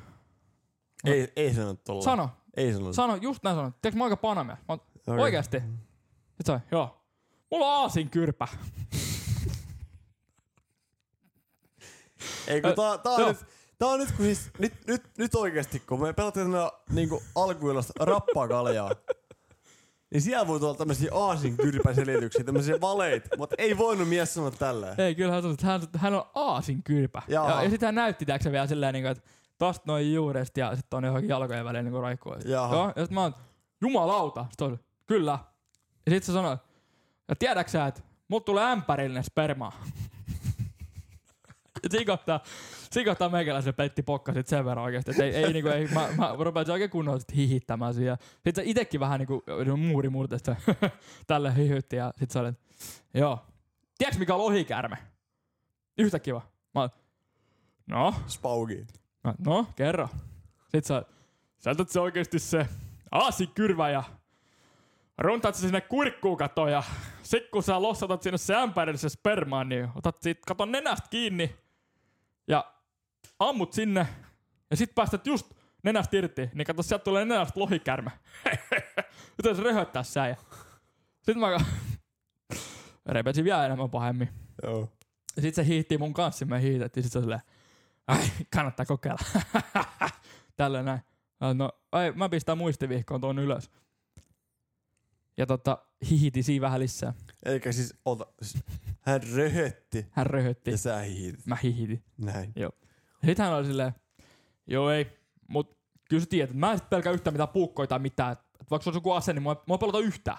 [SPEAKER 2] Ei, ei sanonut tuolla.
[SPEAKER 1] Sano,
[SPEAKER 2] Ei sanonut.
[SPEAKER 1] sano, just näin sanon. Tiedätkö, mä oon aika panomies. Mä oon,
[SPEAKER 2] Okei.
[SPEAKER 1] oikeesti. Sitten se, on, joo. Mulla on aasin kyrpä.
[SPEAKER 2] Ei kun
[SPEAKER 1] Ö,
[SPEAKER 2] tää, tää on
[SPEAKER 1] joo.
[SPEAKER 2] nyt, tää on nyt kun siis, nyt, nyt, nyt oikeesti kun me pelattiin tänä niinku alkuillasta rappakaljaa, niin siellä voi tulla tämmösiä aasinkyrpäselityksiä, tämmösiä valeit, mutta ei voinut mies sanoa tälleen.
[SPEAKER 1] Ei, kyllä hän sanoi, että hän, hän on aasin kyrpä. Ja,
[SPEAKER 2] Jaa.
[SPEAKER 1] ja sitten hän näytti, tiedätkö, vielä silleen, niin kuin, että tosta noin juuresta ja sitten on johonkin jalkojen väliin niin roikkuu.
[SPEAKER 2] Jaha.
[SPEAKER 1] Joo, ja sitten mä oon, jumalauta. Sitten on, kyllä. Ja sitten se sanoi, ja tiedätkö sä, että mut tulee ämpärillinen sperma. Ja Sikottaa, sikottaa meikäläisen petti pokka sit sen verran oikeesti, että ei, ei, niinku, ei, mä, mä rupean se oikein kunnolla sit hihittämään siihen. Sit se itekin vähän niinku muuri murteesta tälle hihytti ja sit sä olet, joo. Tiedätkö mikä on lohikäärme? Yhtä kiva. Mä oon, no,
[SPEAKER 2] Spaugi.
[SPEAKER 1] Mä, no, kerro. Sit sä, sä otat se oikeesti se aasikyrvä ja runtaat se sinne kurkkuun katoon ja sit kun sä lossatat sinne se ämpärillisen spermaan, niin otat siitä katon nenästä kiinni ja ammut sinne ja sit päästät just nenästä irti, niin kato sieltä tulee nenästä lohikärme. Miten se röhöttää sää ja... Sit mä repesin vielä enemmän pahemmin.
[SPEAKER 2] Joo.
[SPEAKER 1] Ja sit se hiihti mun kanssa, me hiihtettiin. Sit se oli silleen, ai, kannattaa kokeilla. Tällä näin. Mä oon, No, ai, mä pistän muistivihkoon tuon ylös. Ja tota, hihiti siinä vähän lisää.
[SPEAKER 2] Eikä siis ota, siis hän röhötti
[SPEAKER 1] Hän röhötti.
[SPEAKER 2] ja sä hiitit.
[SPEAKER 1] Mä hihitin.
[SPEAKER 2] Näin.
[SPEAKER 1] Sitten hän oli silleen, joo ei, mut kyllä sä tiedät, että mä en sit pelkää yhtään mitään puukkoja tai mitään. Et vaikka se on joku ase, niin mua, mua ei pelota yhtään.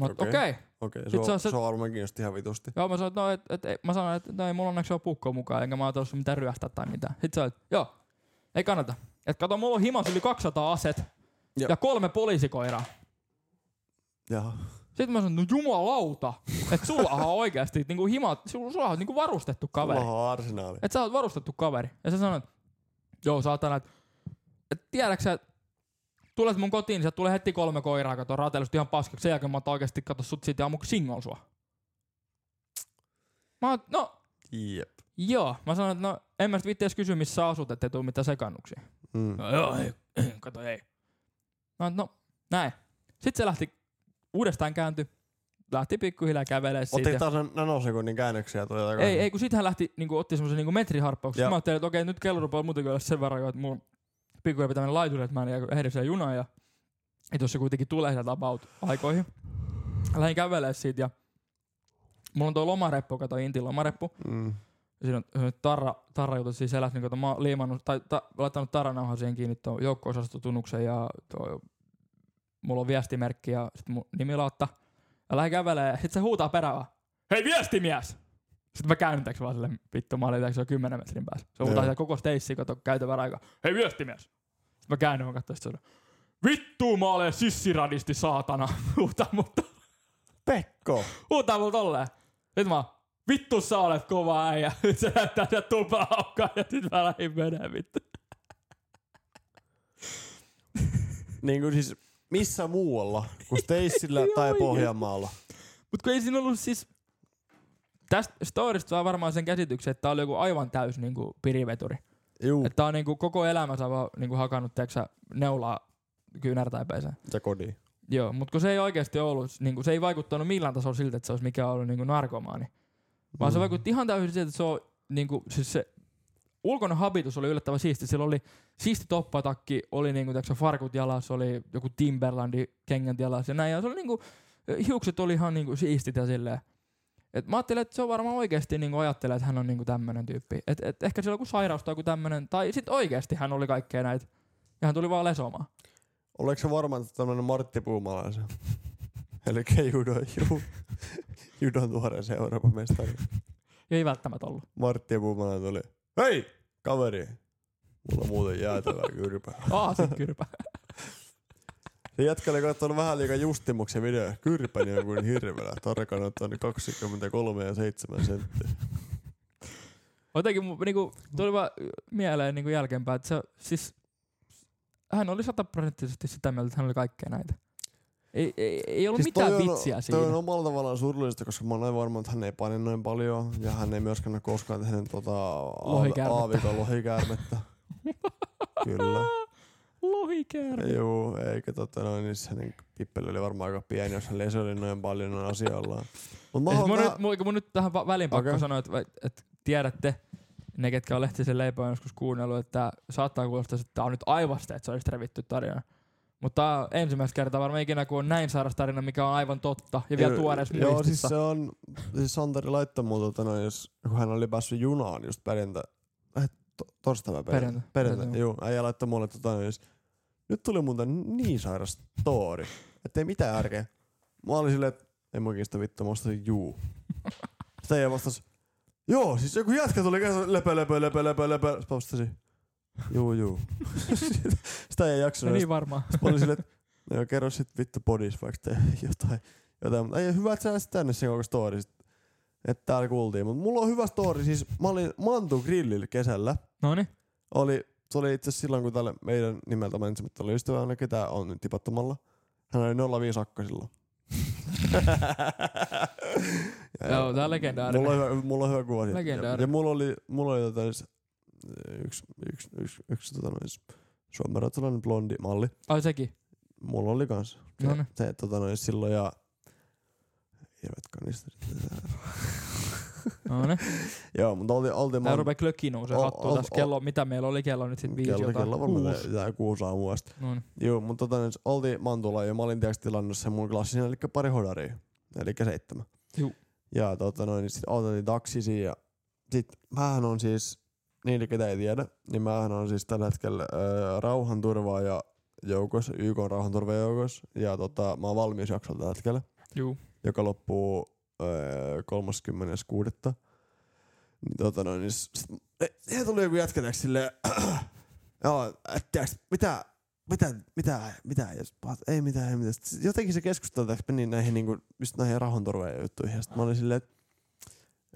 [SPEAKER 1] Mä okei. Okay.
[SPEAKER 2] Okei.
[SPEAKER 1] Okay.
[SPEAKER 2] Okei,
[SPEAKER 1] Sit
[SPEAKER 2] se,
[SPEAKER 1] se
[SPEAKER 2] on,
[SPEAKER 1] on
[SPEAKER 2] se...
[SPEAKER 1] se-
[SPEAKER 2] se on varmaan kiinnosti ihan vitusti.
[SPEAKER 1] Joo, mä sanoin, että no, et, et, ei- mä sanoin, että no, ei mulla onneksi ole pukkoa mukaan, enkä mä oon tuossa mitään ryöstää tai mitään. Sitten sä olet, joo, ei kannata. Et kato, mulla on himas yli 200 aset
[SPEAKER 2] Joo.
[SPEAKER 1] ja, ja kolme poliisikoiraa.
[SPEAKER 2] Jaha.
[SPEAKER 1] Sitten mä sanoin, no jumalauta, että sullahan on oikeasti niinku himat, sulla, sullahan on niinku varustettu kaveri.
[SPEAKER 2] Sulla on arsenaali.
[SPEAKER 1] Että sä oot varustettu kaveri. Ja sä sanoit, joo saatana, että et tiedätkö sä, et tulet mun kotiin, niin sieltä tulee heti kolme koiraa, kato ratelusta ihan paskaksi. Sen jälkeen mä otan oikeasti kato sut siitä ja ammun singon sua. Mä oon, no
[SPEAKER 2] Jep.
[SPEAKER 1] Joo, mä sanoin, että no en mä sit viitti edes kysyä, missä sä asut, ettei tuu mitään sekannuksia.
[SPEAKER 2] Mm.
[SPEAKER 1] No joo, ei, kato ei. Mä sanoin, no näin. Sitten se lähti uudestaan käänty, lähti pikkuhiljaa kävelee siitä.
[SPEAKER 2] Otti taas nan- nanosekunnin käännöksiä tuli takaisin.
[SPEAKER 1] Ei, ei, kun sit hän lähti, niin otti semmoisen niin metriharppauksen.
[SPEAKER 2] Joo.
[SPEAKER 1] Mä ajattelin, että okei, nyt kello rupeaa muutenkin olla sen verran, että mun pikkuja pitää mennä laiturille, että mä en jää- ehdi siellä junaan. Ja että jos se kuitenkin tulee sieltä about aikoihin. Lähdin kävelee siitä ja mulla on tuo lomareppu, kato Intin lomareppu.
[SPEAKER 2] Mm.
[SPEAKER 1] Ja siinä on semmoinen tarra, tarra jutut siinä selässä, niin kato, mä oon liimannut, tai ta, laittanut taranauhan siihen kiinni tuon joukko ja tuo, mulla on viestimerkki ja sit mun nimilaatta. Ja lähden kävelee ja sit se huutaa perävää. Hei viestimies! Sitten mä käyn täks vaan sille, vittu mä olin täks jo 10 metrin päässä. Se
[SPEAKER 2] Joo.
[SPEAKER 1] huutaa siellä koko steissiä, kato käytävän aika. Hei viestimies! Sitten mä käännyn vaan katsoin, sit se sanoo, Vittu mä olen sissiradisti saatana! huutaa mut
[SPEAKER 2] Pekko!
[SPEAKER 1] huutaa mulla tolleen. Nyt mä oon, vittu sä olet kova äijä. Nyt se näyttää sieltä tuplahaukkaa ja sit mä lähdin menee vittu.
[SPEAKER 2] niin kuin siis missä muualla kuin Steissillä
[SPEAKER 1] Ihan
[SPEAKER 2] tai
[SPEAKER 1] oikeesti.
[SPEAKER 2] Pohjanmaalla.
[SPEAKER 1] Mut kun ei siinä ollut siis... Tästä storista saa varmaan sen käsityksen, että tää oli joku aivan täys niinku piriveturi.
[SPEAKER 2] Juu,
[SPEAKER 1] Että tää on niinku koko elämänsä vaan niinku hakannut teksä neulaa kyynärtäipäiseen.
[SPEAKER 2] ja kodiin.
[SPEAKER 1] Joo, mutta kun se ei oikeasti ollut, niinku, se ei vaikuttanut millään tasolla siltä, että se olisi mikään ollut niinku narkomaani. Vaan
[SPEAKER 2] Mm.
[SPEAKER 1] se vaikutti ihan täysin siltä, että se on niinku, siis se ulkona habitus oli yllättävän siisti. Sillä oli siisti toppatakki, oli niinku tiedätkö, farkut jalassa, oli joku Timberlandi kengät jalassa ja näin. Ja se oli niinku, hiukset oli ihan niinku siistit ja silleen. Et mä ajattelin, että se on varmaan oikeasti niinku ajattelee, että hän on niinku tämmönen tyyppi. Et, et ehkä sillä on joku sairaus tai joku tämmönen. Tai sit oikeasti hän oli kaikkea näitä. Ja hän tuli vaan lesomaan.
[SPEAKER 2] Oletko se varma, että tämmönen Martti Puumalaisen? Eli judo, ju, judon tuoreeseen Euroopan mestari.
[SPEAKER 1] Ei välttämättä ollut.
[SPEAKER 2] Martti Puumalainen tuli. Hei, kaveri! Mulla on muuten jäätävä kyrpä.
[SPEAKER 1] Aasin kyrpä.
[SPEAKER 2] Se jätkä oli katsonut vähän liikaa Justimuksen video. Kyrpäni niin on kuin hirveä. Tarkan ottanut 23 ja 7 senttiä.
[SPEAKER 1] Jotenkin mu- niinku, tuli vaan mieleen niinku jälkeenpäin, että se, siis, hän oli sataprosenttisesti sitä mieltä, että hän oli kaikkea näitä. Ei, ei, ei ollut
[SPEAKER 2] Siis
[SPEAKER 1] siis mitään
[SPEAKER 2] toi on-
[SPEAKER 1] vitsiä siinä.
[SPEAKER 2] Toi on omalla tavallaan surullista, koska mä olen varma, että hän ei paine noin paljon ja hän ei myöskään ole koskaan tehnyt tota aav-
[SPEAKER 1] Lohikäärmettä.
[SPEAKER 2] aavikon lohikäärmettä. Kyllä.
[SPEAKER 1] Lohikäärme.
[SPEAKER 2] Joo, eikä tota noin, niin se niin pippeli oli varmaan aika pieni, jos hän leseli noin paljon noin asioillaan. Mut mä
[SPEAKER 1] Mä,
[SPEAKER 2] haluan
[SPEAKER 1] Siis mun,
[SPEAKER 2] vähän...
[SPEAKER 1] nyt, mun, mun nyt tähän va- väliin pakko
[SPEAKER 2] Okei.
[SPEAKER 1] okay. sanoa, että, että tiedätte, ne ketkä on Lehtisen leipää joskus kuunnellut, että saattaa kuulostaa, että tämä on nyt aivasta, että se olisi revitty tarina. Mutta tää on ensimmäistä kertaa varmaan ikinä, kun on näin sairas tarina, mikä on aivan totta ja vielä tuoreessa muistissa.
[SPEAKER 2] Joo, siis se on... Siis Santeri laittoi mulle, tota noin, jos, kun hän oli päässyt junaan just perjantai... Eh, to, torstaina perjantai.
[SPEAKER 1] Perjantai.
[SPEAKER 2] Perjantai,
[SPEAKER 1] Perjantai,
[SPEAKER 2] joo. Äijä laittoi mulle, tota noin, jos, nyt tuli muuten niin sairas story, ettei mitään järkeä. Mä olin silleen, että en mä kiistä vittu, mä vastasin juu. Sitten äijä vastasi, joo, siis joku jätkä tuli käsin, lepö, lepö, lepö, lepö, lepö. Sitten mä vastasin, juu, juu. Sitä ei
[SPEAKER 1] no
[SPEAKER 2] jaksanut
[SPEAKER 1] niin varmaan.
[SPEAKER 2] Mä olin silleen, että no joo, kerro sit vittu podis vaikka te jotain. jotain. Mutta ei hyvä, että sä olisit tänne sen koko story. sit, Että täällä kuultiin. Mutta mulla on hyvä story. Siis mä olin Mantu Grillillä kesällä.
[SPEAKER 1] No niin.
[SPEAKER 2] Oli, se oli itse asiassa silloin, kun tälle meidän nimeltä mainitsematta oli ystävä, aina ketä on nyt tipattomalla. Hän oli 05 akka silloin. Ja-
[SPEAKER 1] Joo, tää on legendaarinen.
[SPEAKER 2] Mulla on hyvä, mulla on hyvä kuva siitä.
[SPEAKER 1] Legendaarinen.
[SPEAKER 2] Ja mulla oli, mulla oli tota, siis, yksi, yksi, yksi, yksi tota, noin suomenruotsalainen blondi malli.
[SPEAKER 1] Ai sekin.
[SPEAKER 2] Mulla oli kans.
[SPEAKER 1] No
[SPEAKER 2] Se,
[SPEAKER 1] niin.
[SPEAKER 2] se tota noin silloin ja... Hirvet kanisterit.
[SPEAKER 1] No niin.
[SPEAKER 2] Joo, mutta oltiin... oltiin
[SPEAKER 1] Tää rupeaa klökiin nousee
[SPEAKER 2] O-
[SPEAKER 1] hattua
[SPEAKER 2] o-
[SPEAKER 1] tässä
[SPEAKER 2] o-
[SPEAKER 1] kello, mitä meillä oli kello nyt sit viisi
[SPEAKER 2] kello,
[SPEAKER 1] jotain.
[SPEAKER 2] kello varmaan
[SPEAKER 1] Kuusi.
[SPEAKER 2] tää kuusi aamua sit.
[SPEAKER 1] Noin.
[SPEAKER 2] Joo, mutta tota noin, oltiin Mantula ja mä olin tiiäks tilannut sen mun klassisen, eli pari hodaria. Eli seitsemän.
[SPEAKER 1] Juu.
[SPEAKER 2] Ja tota noin, niin sit otettiin taksisi ja sit mähän on siis, niille ketä ei tiedä, niin mähän on siis tällä hetkellä öö, rauhanturvaa ja joukossa, YK rauhanturvajoukossa. Ja tota, mä oon valmiusjaksolla tällä hetkellä.
[SPEAKER 1] Juu.
[SPEAKER 2] joka loppuu öö, 36. Niin tota noin, niin s- sit- e- siihen tuli joku jätkä tiiäks silleen, joo, et tiiäks, mitä, mitä, mitä, mitä, jos pahat, ei mitään, ei mitään. Sit Jotenkin se keskustelu tiiäks meni näihin niinku, just näihin rahontorveen juttuihin, ja sit mä olin silleen, että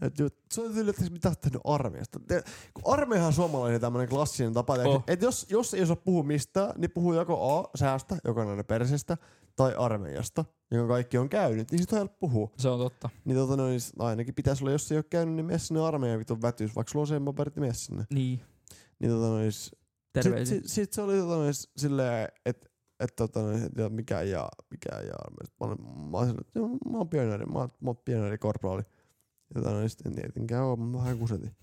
[SPEAKER 2] et, jo, se on tyyli, että mitä oot tehnyt armeijasta. Te- Kun armeijahan on suomalainen tämmönen klassinen tapa, tiiäks,
[SPEAKER 1] Oh.
[SPEAKER 2] että jos, jos ei osaa puhua mistään, niin puhuu joko A, säästä, joka on aina persestä, tai armeijasta, jonka kaikki on käynyt, niin sit on helppo puhua.
[SPEAKER 1] Se on totta.
[SPEAKER 2] Niin tota noin, sit ainakin pitäisi olla, jos ei ole käynyt, niin mene sinne armeijan vitun vätys, vaikka sulla on sen paperit, niin mene sinne.
[SPEAKER 1] Niin.
[SPEAKER 2] Niin tota noin, sit,
[SPEAKER 1] Terveisiä.
[SPEAKER 2] sit, sit, se oli tota noin, silleen, että että tota, noin, ja mikä jaa, mikä jaa. Mä, olin, mä olin, että joo, mä oon pionööri, mä, oon- mä oon pionöörikorporaali. Ja tota, noin, sitten en tietenkään oo, mä vähän kusetin.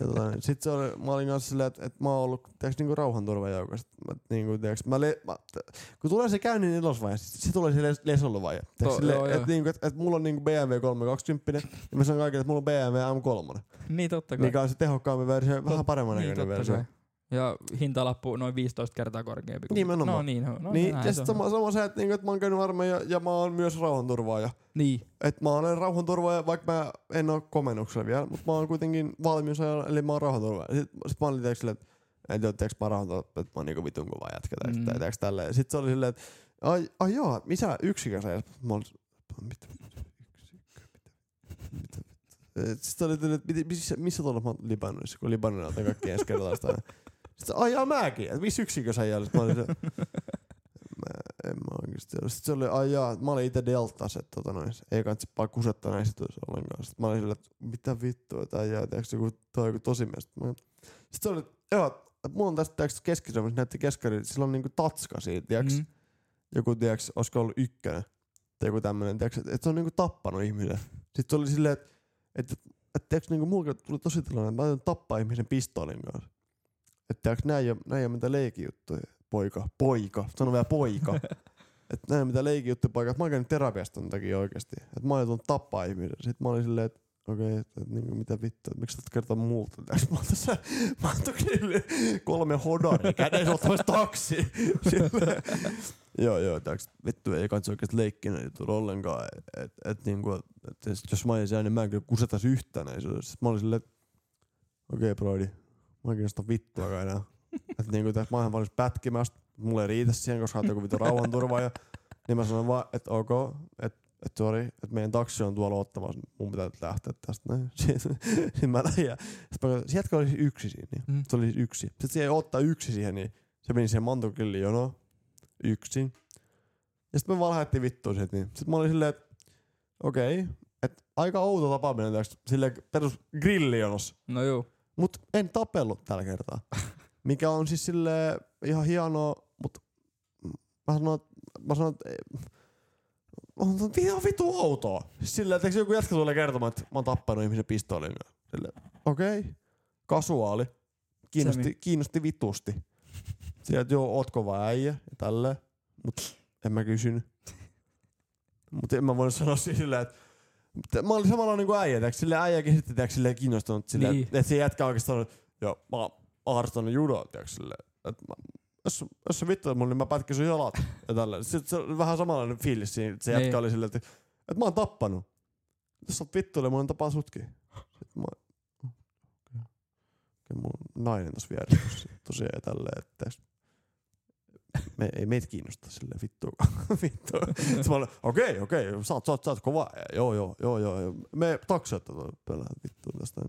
[SPEAKER 2] Ja tota, noin, sit se oli, mä olin kanssa silleen, että, että mä oon ollut, tiiäks, niinku rauhanturvajoukossa. Mä, niinku, tiiäks, mä, le, mä, kun tulee se käynnin elosvaihe, sit se tulee se les, lesolluvaihe.
[SPEAKER 1] Joo,
[SPEAKER 2] Tiiäks,
[SPEAKER 1] joo,
[SPEAKER 2] sille,
[SPEAKER 1] joo.
[SPEAKER 2] että niinku, et, et mulla on niinku BMW 320, ja mä sanon kaikille, että mulla on BMW M3.
[SPEAKER 1] Niin totta kai.
[SPEAKER 2] Mikä on se tehokkaampi versio, ja vähän paremman
[SPEAKER 1] niin,
[SPEAKER 2] näköinen
[SPEAKER 1] totta
[SPEAKER 2] versio.
[SPEAKER 1] kai. Ja hintalappu noin 15 kertaa korkeampi. kuin-
[SPEAKER 2] Nimenomaan.
[SPEAKER 1] No niin, no, no
[SPEAKER 2] niin,
[SPEAKER 1] näinhän
[SPEAKER 2] ja
[SPEAKER 1] se
[SPEAKER 2] sitten
[SPEAKER 1] on.
[SPEAKER 2] sama, sama se, että, niinku, että mä oon käynyt armeija ja mä oon myös rauhanturvaaja.
[SPEAKER 1] Niin,
[SPEAKER 2] Et mä olen rauhanturvaaja, vaikka mä en oo komennuksella vielä, mutta mä oon kuitenkin valmiusajalla, eli mä oon rauhanturvaaja. Sitten sit mä olin tiiäks silleen, että en tiedä, tiiäks mä oon rauhanturvaaja, että mä oon niinku vitun kuva jätkä, tiiäks,
[SPEAKER 1] Mm.
[SPEAKER 2] mm. tiiäks tälleen. Sitten se oli silleen, että ai, ai joo, missä yksikössä edes? Mä olin, mitä, mitä, mitä. Sitten oli tullut, että mit- missä, missä tuolla mä oon Libanonissa, kun Libanon on kaikki ensi kertalaista aina. Sitten se, ai jaa mäkin, että missä yksikössä ei ole. Sitten mä olin se, mä, en mä oikeesti ole. Sitten se oli, ai jaa, mä olin itse deltas, että tota noin, se ei kansi pakko kusetta näissä töissä ollenkaan. Sitten mä olin silleen, että mitä vittua, tää jää, tiiäks, joku, toi on joku tosi Sitten se oli, että joo, että mulla on tästä tiiäks, keski näytti keskari, sillä on niinku tatska siitä, tiiäks,
[SPEAKER 1] mm.
[SPEAKER 2] joku, tiiäks, olisiko ollut ykkönen tai joku tämmönen, tiiäks, että et se on niinku tappanut ihmisen. Sitten se oli silleen, että et, et, tiiäks, niinku mulla tuli tosi tilanne, että mä aion tappaa ihmisen pistoolin kanssa. Että tiiäks, näin ei oo, näin ei oo mitään leikijuttuja, poika, poika, sano vielä poika. että näin ei oo mitään leikijuttuja, poika, että mä oon käynyt terapiasta ton takia oikeesti. Että mä aion tuon tappaa ihmisen. Sitten mä olin silleen, että okei, okay, että, että niinku, mitä vittua, että miksi sä et kertoa multa? Tiiäks, mä oon tässä, mä oon toki kolme niin hodaria kädessä ottamassa taksi. Silleen. Joo, joo, tääks vittu ei katso oikeesti leikkinä juttu ollenkaan. Et, et, niinku, et, et, jos mä olisin niin mä en kyllä kusetas yhtään näin. Sitten mä olin silleen, että okei okay, broidi, mä en kiinnosta vittua kai enää. et niinku tääks mä oon ihan valmis pätkimästä, mulle ei riitä siihen, koska oot joku vittu rauhanturvaaja. Niin mä sanoin vaan, että ok, että et, sori, että meidän taksi on tuolla ottamassa, mun pitää nyt lähteä tästä näin. Sitten mä lähdin ja sitten mä katsoin, se jätkä oli siis yksin siinä. Niin.
[SPEAKER 1] Mm.
[SPEAKER 2] Se oli siis yksi. Sitten se ei ottaa yksi siihen, niin se meni siihen mantokillin jonoon yksin. Ja sitten me vaan lähdettiin vittuun sieltä. Niin. Sitten mä olin silleen, että okei, okay, että aika outo tapaaminen tästä silleen perus grillijonossa.
[SPEAKER 1] No juu.
[SPEAKER 2] Mut en tapellut tällä kertaa. Mikä on siis sille ihan hienoa, mut mä sanon, et- mä sanon, että on on ihan vitu outoa. Sillä että joku jätkä tulee kertomaan, että mä oon tappanut ihmisen pistoolin. Sille, okei, okay. kasuaali. Kiinnosti,
[SPEAKER 1] Semi.
[SPEAKER 2] kiinnosti vitusti. Sillä, että joo, ootko vai äijä ja tälleen. Mut en mä kysynyt. Mut en mä voinut sanoa sillä, että mutta mä olin samalla niinku äijä, tiiäks, sille äijäkin sitten tiiäks, silleen kiinnostunut sille,
[SPEAKER 1] Niin.
[SPEAKER 2] niin. että se jätkä oikeesti sanoi, joo, mä oon harrastanut judoa, tiiäks, sille, että mä, jos, jos sä vittuat mulle, niin mä pätkin sun jalat. Ja tällä. Sitten se oli vähän samanlainen fiilis siinä, että se
[SPEAKER 1] Niin.
[SPEAKER 2] jätkä oli silleen, että, että mä oon tappanut. Jos sä oot vittuille, mä oon tapaa sutkin. Sitten mä, okei, okay. mun nainen tossa vieressä, sit tosiaan ja tälleen, että tiiäks, me, ei meitä kiinnosta silleen vittu. vittu. Sitten mä olin, okei, okei, sä oot, sä oot, sä oot kova. Joo, joo, joo, joo. joo. Me taksoittaa tuolla pelää vittu tästä.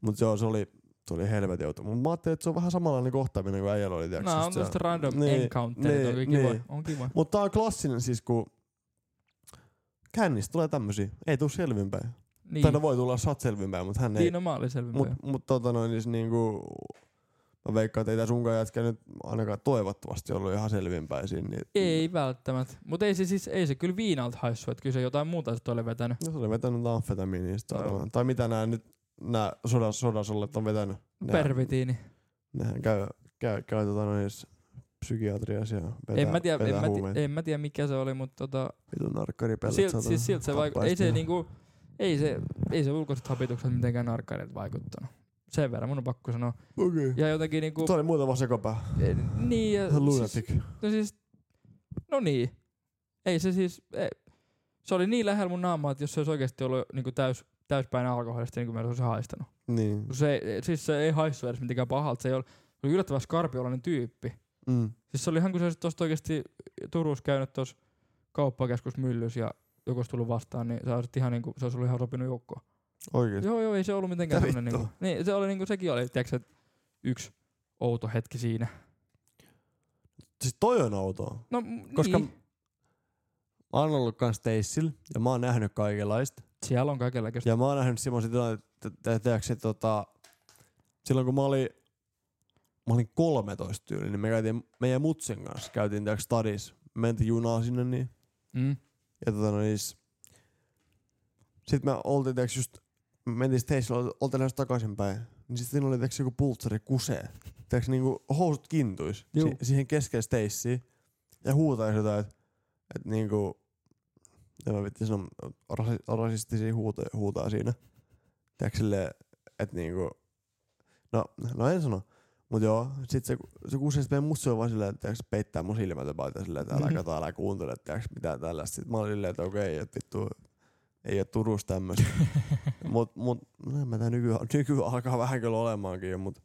[SPEAKER 2] Mut joo, se oli, se oli helvetin joutu. Mut mä ajattelin, että se on vähän samanlainen kohtaaminen kuin äijällä oli. tiiäks,
[SPEAKER 1] No on
[SPEAKER 2] just se-
[SPEAKER 1] tosta random
[SPEAKER 2] Niin,
[SPEAKER 1] encounter.
[SPEAKER 2] niin,
[SPEAKER 1] Niin, kiva.
[SPEAKER 2] niin.
[SPEAKER 1] On kiva.
[SPEAKER 2] Mutta tää on klassinen siis, kun kännissä tulee tämmösiä. Ei tuu selvinpäin. Niin.
[SPEAKER 1] Niin.
[SPEAKER 2] Tai no voi tulla sat selvinpäin, mut hän ei.
[SPEAKER 1] Niin, no mä olin
[SPEAKER 2] Mut,
[SPEAKER 1] selvinpäin.
[SPEAKER 2] mut tota noin, niin niinku, mä veikkaan, että ei tää sunkaan jätkä nyt ainakaan toivottavasti ollut ihan selvinpäin siinä. Niin,
[SPEAKER 1] Ei välttämättä. Mutta ei se siis, ei se kyllä viinalta haissu, että kyllä se jotain muuta sitten oli vetänyt.
[SPEAKER 2] No se oli vetänyt amfetamiinia sit
[SPEAKER 1] Joo.
[SPEAKER 2] saatana. Tai mitä nää nyt, nää sodas, sodasollet on vetänyt. Nää,
[SPEAKER 1] Pervitiini.
[SPEAKER 2] Nehän käy, käy, käy tota noin edes psykiatriassa ja vetää,
[SPEAKER 1] en mä tiedä, en
[SPEAKER 2] vetää
[SPEAKER 1] mä,
[SPEAKER 2] huumeita.
[SPEAKER 1] ti- en mä tiedä mikä se oli, mutta tota,
[SPEAKER 2] Vitun narkkaripellet
[SPEAKER 1] silt,
[SPEAKER 2] saatana.
[SPEAKER 1] siis siltä se vaikuttaa. Ei se
[SPEAKER 2] Tappaisi
[SPEAKER 1] niinku, ei se, ei se ulkoiset hapitukset mitenkään narkkareilta vaikuttanut. Sen verran mun on pakko sanoa.
[SPEAKER 2] Okei.
[SPEAKER 1] Ja jotenkin niinku,
[SPEAKER 2] Tuo oli muuta vaan sekopää.
[SPEAKER 1] eh, niin ja, siis,
[SPEAKER 2] Lunatic.
[SPEAKER 1] no siis, no niin. Ei se siis, ei. se oli niin lähellä mun naamaa, että jos se olisi oikeasti ollut niinku täys, täyspäin alkoholista, niin kuin mä en olisi haistanut.
[SPEAKER 2] Niin.
[SPEAKER 1] Se, ei- siis se ei haissu edes mitenkään pahalta. Se ei ole, se oli yllättävän skarpiolainen tyyppi.
[SPEAKER 2] Mm.
[SPEAKER 1] Siis se oli ihan kuin se olisi tuosta oikeasti Turussa käynyt tuossa kauppakeskus myllys ja joku olisi tullut vastaan, niin se olisi, ihan niinku, se olisi ollut ihan sopinut joukkoon.
[SPEAKER 2] Oikeesti.
[SPEAKER 1] Joo, joo, ei se ollut mitenkään
[SPEAKER 2] Mitä
[SPEAKER 1] sellainen.
[SPEAKER 2] vittua?
[SPEAKER 1] Niinku, niin, se oli niinku, sekin oli, tiiäks, et yksi outo hetki siinä.
[SPEAKER 2] Siis toi on outoa.
[SPEAKER 1] No, m-
[SPEAKER 2] Koska-
[SPEAKER 1] niin.
[SPEAKER 2] Mä oon ollut kans teissil ja mä oon nähnyt kaikenlaista.
[SPEAKER 1] Siellä on kaikenlaista.
[SPEAKER 2] Ja mä oon nähnyt semmoisia tilanteita, että- että tiedätkö, tota, silloin kun mä olin, mä olin 13 tyyli, niin me käytiin meidän mutsin kanssa, käytiin täällä stadis, mentiin junaa sinne niin,
[SPEAKER 1] Mm.
[SPEAKER 2] ja tota no niin, sitten me oltiin tiiäks just, me mentiin Stacella, oltiin lähes takaisinpäin, niin sitten siinä oli tiiäks joku pultsari kusee, tiiäks niinku housut kintuis
[SPEAKER 1] Juu.
[SPEAKER 2] si- siihen keskelle Stacea, ja huutaisi jotain, että et niinku, en mä vitti sanoa, rasi, rasistisia huutoja huutaa siinä, tiiäks silleen, että niinku, no, no en sano, mut joo, sit se, se kusee sitten meidän mutsi on vaan silleen, että tiiäks, peittää mun silmät ja paita silleen, että
[SPEAKER 1] Mm-hmm.
[SPEAKER 2] älä kato, älä kuuntele, tiiäks, mitään tällaista. Sit mä olin silleen, että okei, okay, että vittu, ei oo Turussa tämmöstä. mut, mut, no en mä tää nyky, nyky alkaa vähän kyllä olemaankin jo, mut,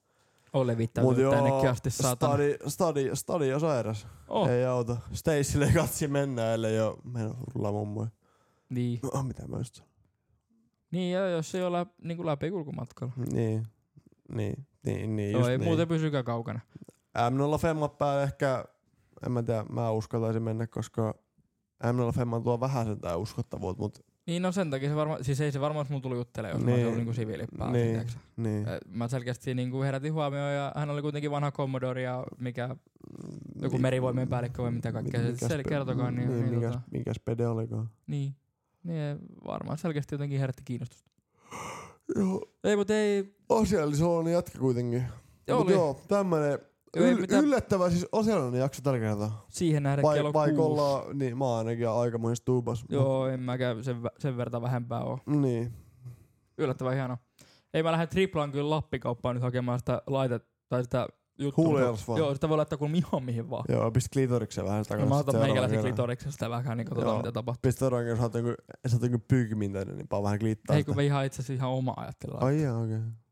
[SPEAKER 1] On
[SPEAKER 2] mut
[SPEAKER 1] levittäytynyt tännekin asti saatana.
[SPEAKER 2] stadi, stadi, stadi on sairas.
[SPEAKER 1] Oh,
[SPEAKER 2] Ei auta. Stacelle ei katsi mennä, ellei oo mennä rullaa mummoja.
[SPEAKER 1] niin.
[SPEAKER 2] No, mitä mä just
[SPEAKER 1] Niin joo, jos ei ole niin läpikulkumatkalla.
[SPEAKER 2] Niin, niin, niin, niin,
[SPEAKER 1] Joo,
[SPEAKER 2] just
[SPEAKER 1] ei
[SPEAKER 2] niin.
[SPEAKER 1] muuten pysykää kaukana.
[SPEAKER 2] M0 Femma päälle ehkä, en mä tiedä, mä uskaltaisin mennä, koska M0 Femma tuo vähän sen tää uskottavuutta, mut
[SPEAKER 1] Niin no sen takia se varmaan, siis ei se varmaan mulla tuli juttelemaan, jos niin. mä
[SPEAKER 2] Niin.
[SPEAKER 1] olisin niinku siviilipää.
[SPEAKER 2] Niin.
[SPEAKER 1] Niin.
[SPEAKER 2] niin.
[SPEAKER 1] Mä selkeästi niinku herätin huomioon ja hän oli kuitenkin vanha kommodori ja mikä, joku
[SPEAKER 2] Mi-
[SPEAKER 1] merivoimien päällikkö vai mitä kaikkea se-
[SPEAKER 2] mikäs
[SPEAKER 1] se
[SPEAKER 2] pe-
[SPEAKER 1] kertokaa, niin-
[SPEAKER 2] niin,
[SPEAKER 1] niin
[SPEAKER 2] mikäs,
[SPEAKER 1] tota-
[SPEAKER 2] mikäs pede olikaan?
[SPEAKER 1] niin, niin varmaan selkeästi jotenkin herätti kiinnostusta.
[SPEAKER 2] Joo,
[SPEAKER 1] Ei mut ei,
[SPEAKER 2] asiallisoloinen jatka kuitenkin.
[SPEAKER 1] joo,
[SPEAKER 2] Mut
[SPEAKER 1] oli,
[SPEAKER 2] joo, tämmönen
[SPEAKER 1] Joo, ei
[SPEAKER 2] yl-
[SPEAKER 1] mitään.
[SPEAKER 2] yllättävä siis asiallinen jakso tällä kertaa.
[SPEAKER 1] siihen nähden
[SPEAKER 2] Vai,
[SPEAKER 1] kello
[SPEAKER 2] vai
[SPEAKER 1] kuusi.
[SPEAKER 2] ollaan, niin mä oon ainakin aikamoisessa tuubas.
[SPEAKER 1] Joo, en mäkään sen, vä- sen verran vähempää oo.
[SPEAKER 2] Mut- Niin.
[SPEAKER 1] Yllättävän hieno. Ei mä lähde triplaan kyllä Lappikauppaan nyt hakemaan sitä laitetta tai sitä juttua.
[SPEAKER 2] Huulihars vaan.
[SPEAKER 1] Joo, sitä voi laittaa kun ihan mihin vaan.
[SPEAKER 2] Joo, pistä klitorikseen vähän
[SPEAKER 1] Ja
[SPEAKER 2] takaisin.
[SPEAKER 1] No mä otan meikäläisen
[SPEAKER 2] klitorikseen.
[SPEAKER 1] klitoriksesta vähän, niin katsotaan
[SPEAKER 2] Joo.
[SPEAKER 1] mitä tapahtuu.
[SPEAKER 2] Pistä seuraavaksi, jos sä oot jonkun- sä oot jonkun pyykimin tänne, niin paa vähän klittaa
[SPEAKER 1] Ei kun
[SPEAKER 2] sitä.
[SPEAKER 1] me ihan itse asiassa ihan oma ajattelua.
[SPEAKER 2] Ai jaa, okei. Okay.